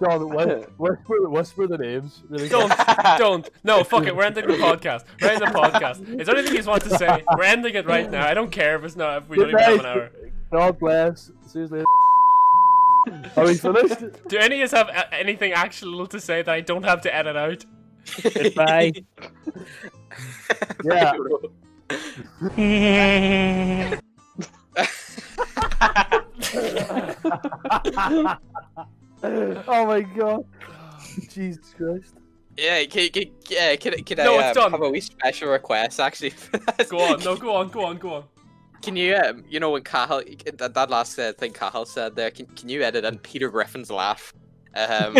Speaker 4: John, whi- whisper, whisper the names. Really
Speaker 5: *laughs*
Speaker 1: don't, don't. No, fuck it. We're ending the podcast. We're ending the podcast. Is there anything you want to say? We're ending it right now. I don't care if it's not. If we don't even have an hour.
Speaker 4: God bless. Seriously. Are we finished?
Speaker 1: Do any of us have a- anything actual to say that I don't have to edit out?
Speaker 2: *laughs*
Speaker 5: *laughs*
Speaker 2: Goodbye.
Speaker 4: Yeah. *laughs* oh my god. Jesus Christ.
Speaker 5: yeah, can, can, yeah, can, can
Speaker 1: No,
Speaker 5: I
Speaker 1: it's
Speaker 5: um,
Speaker 1: done.
Speaker 5: have a wee special request actually? *laughs* for this?
Speaker 1: Go on, no, go on, go on, go on.
Speaker 5: Can you, um, you know, when Cahill, that,
Speaker 1: *laughs*
Speaker 5: that last uh, thing Cahill said there, can, can you edit in Peter Griffin's laugh? Um,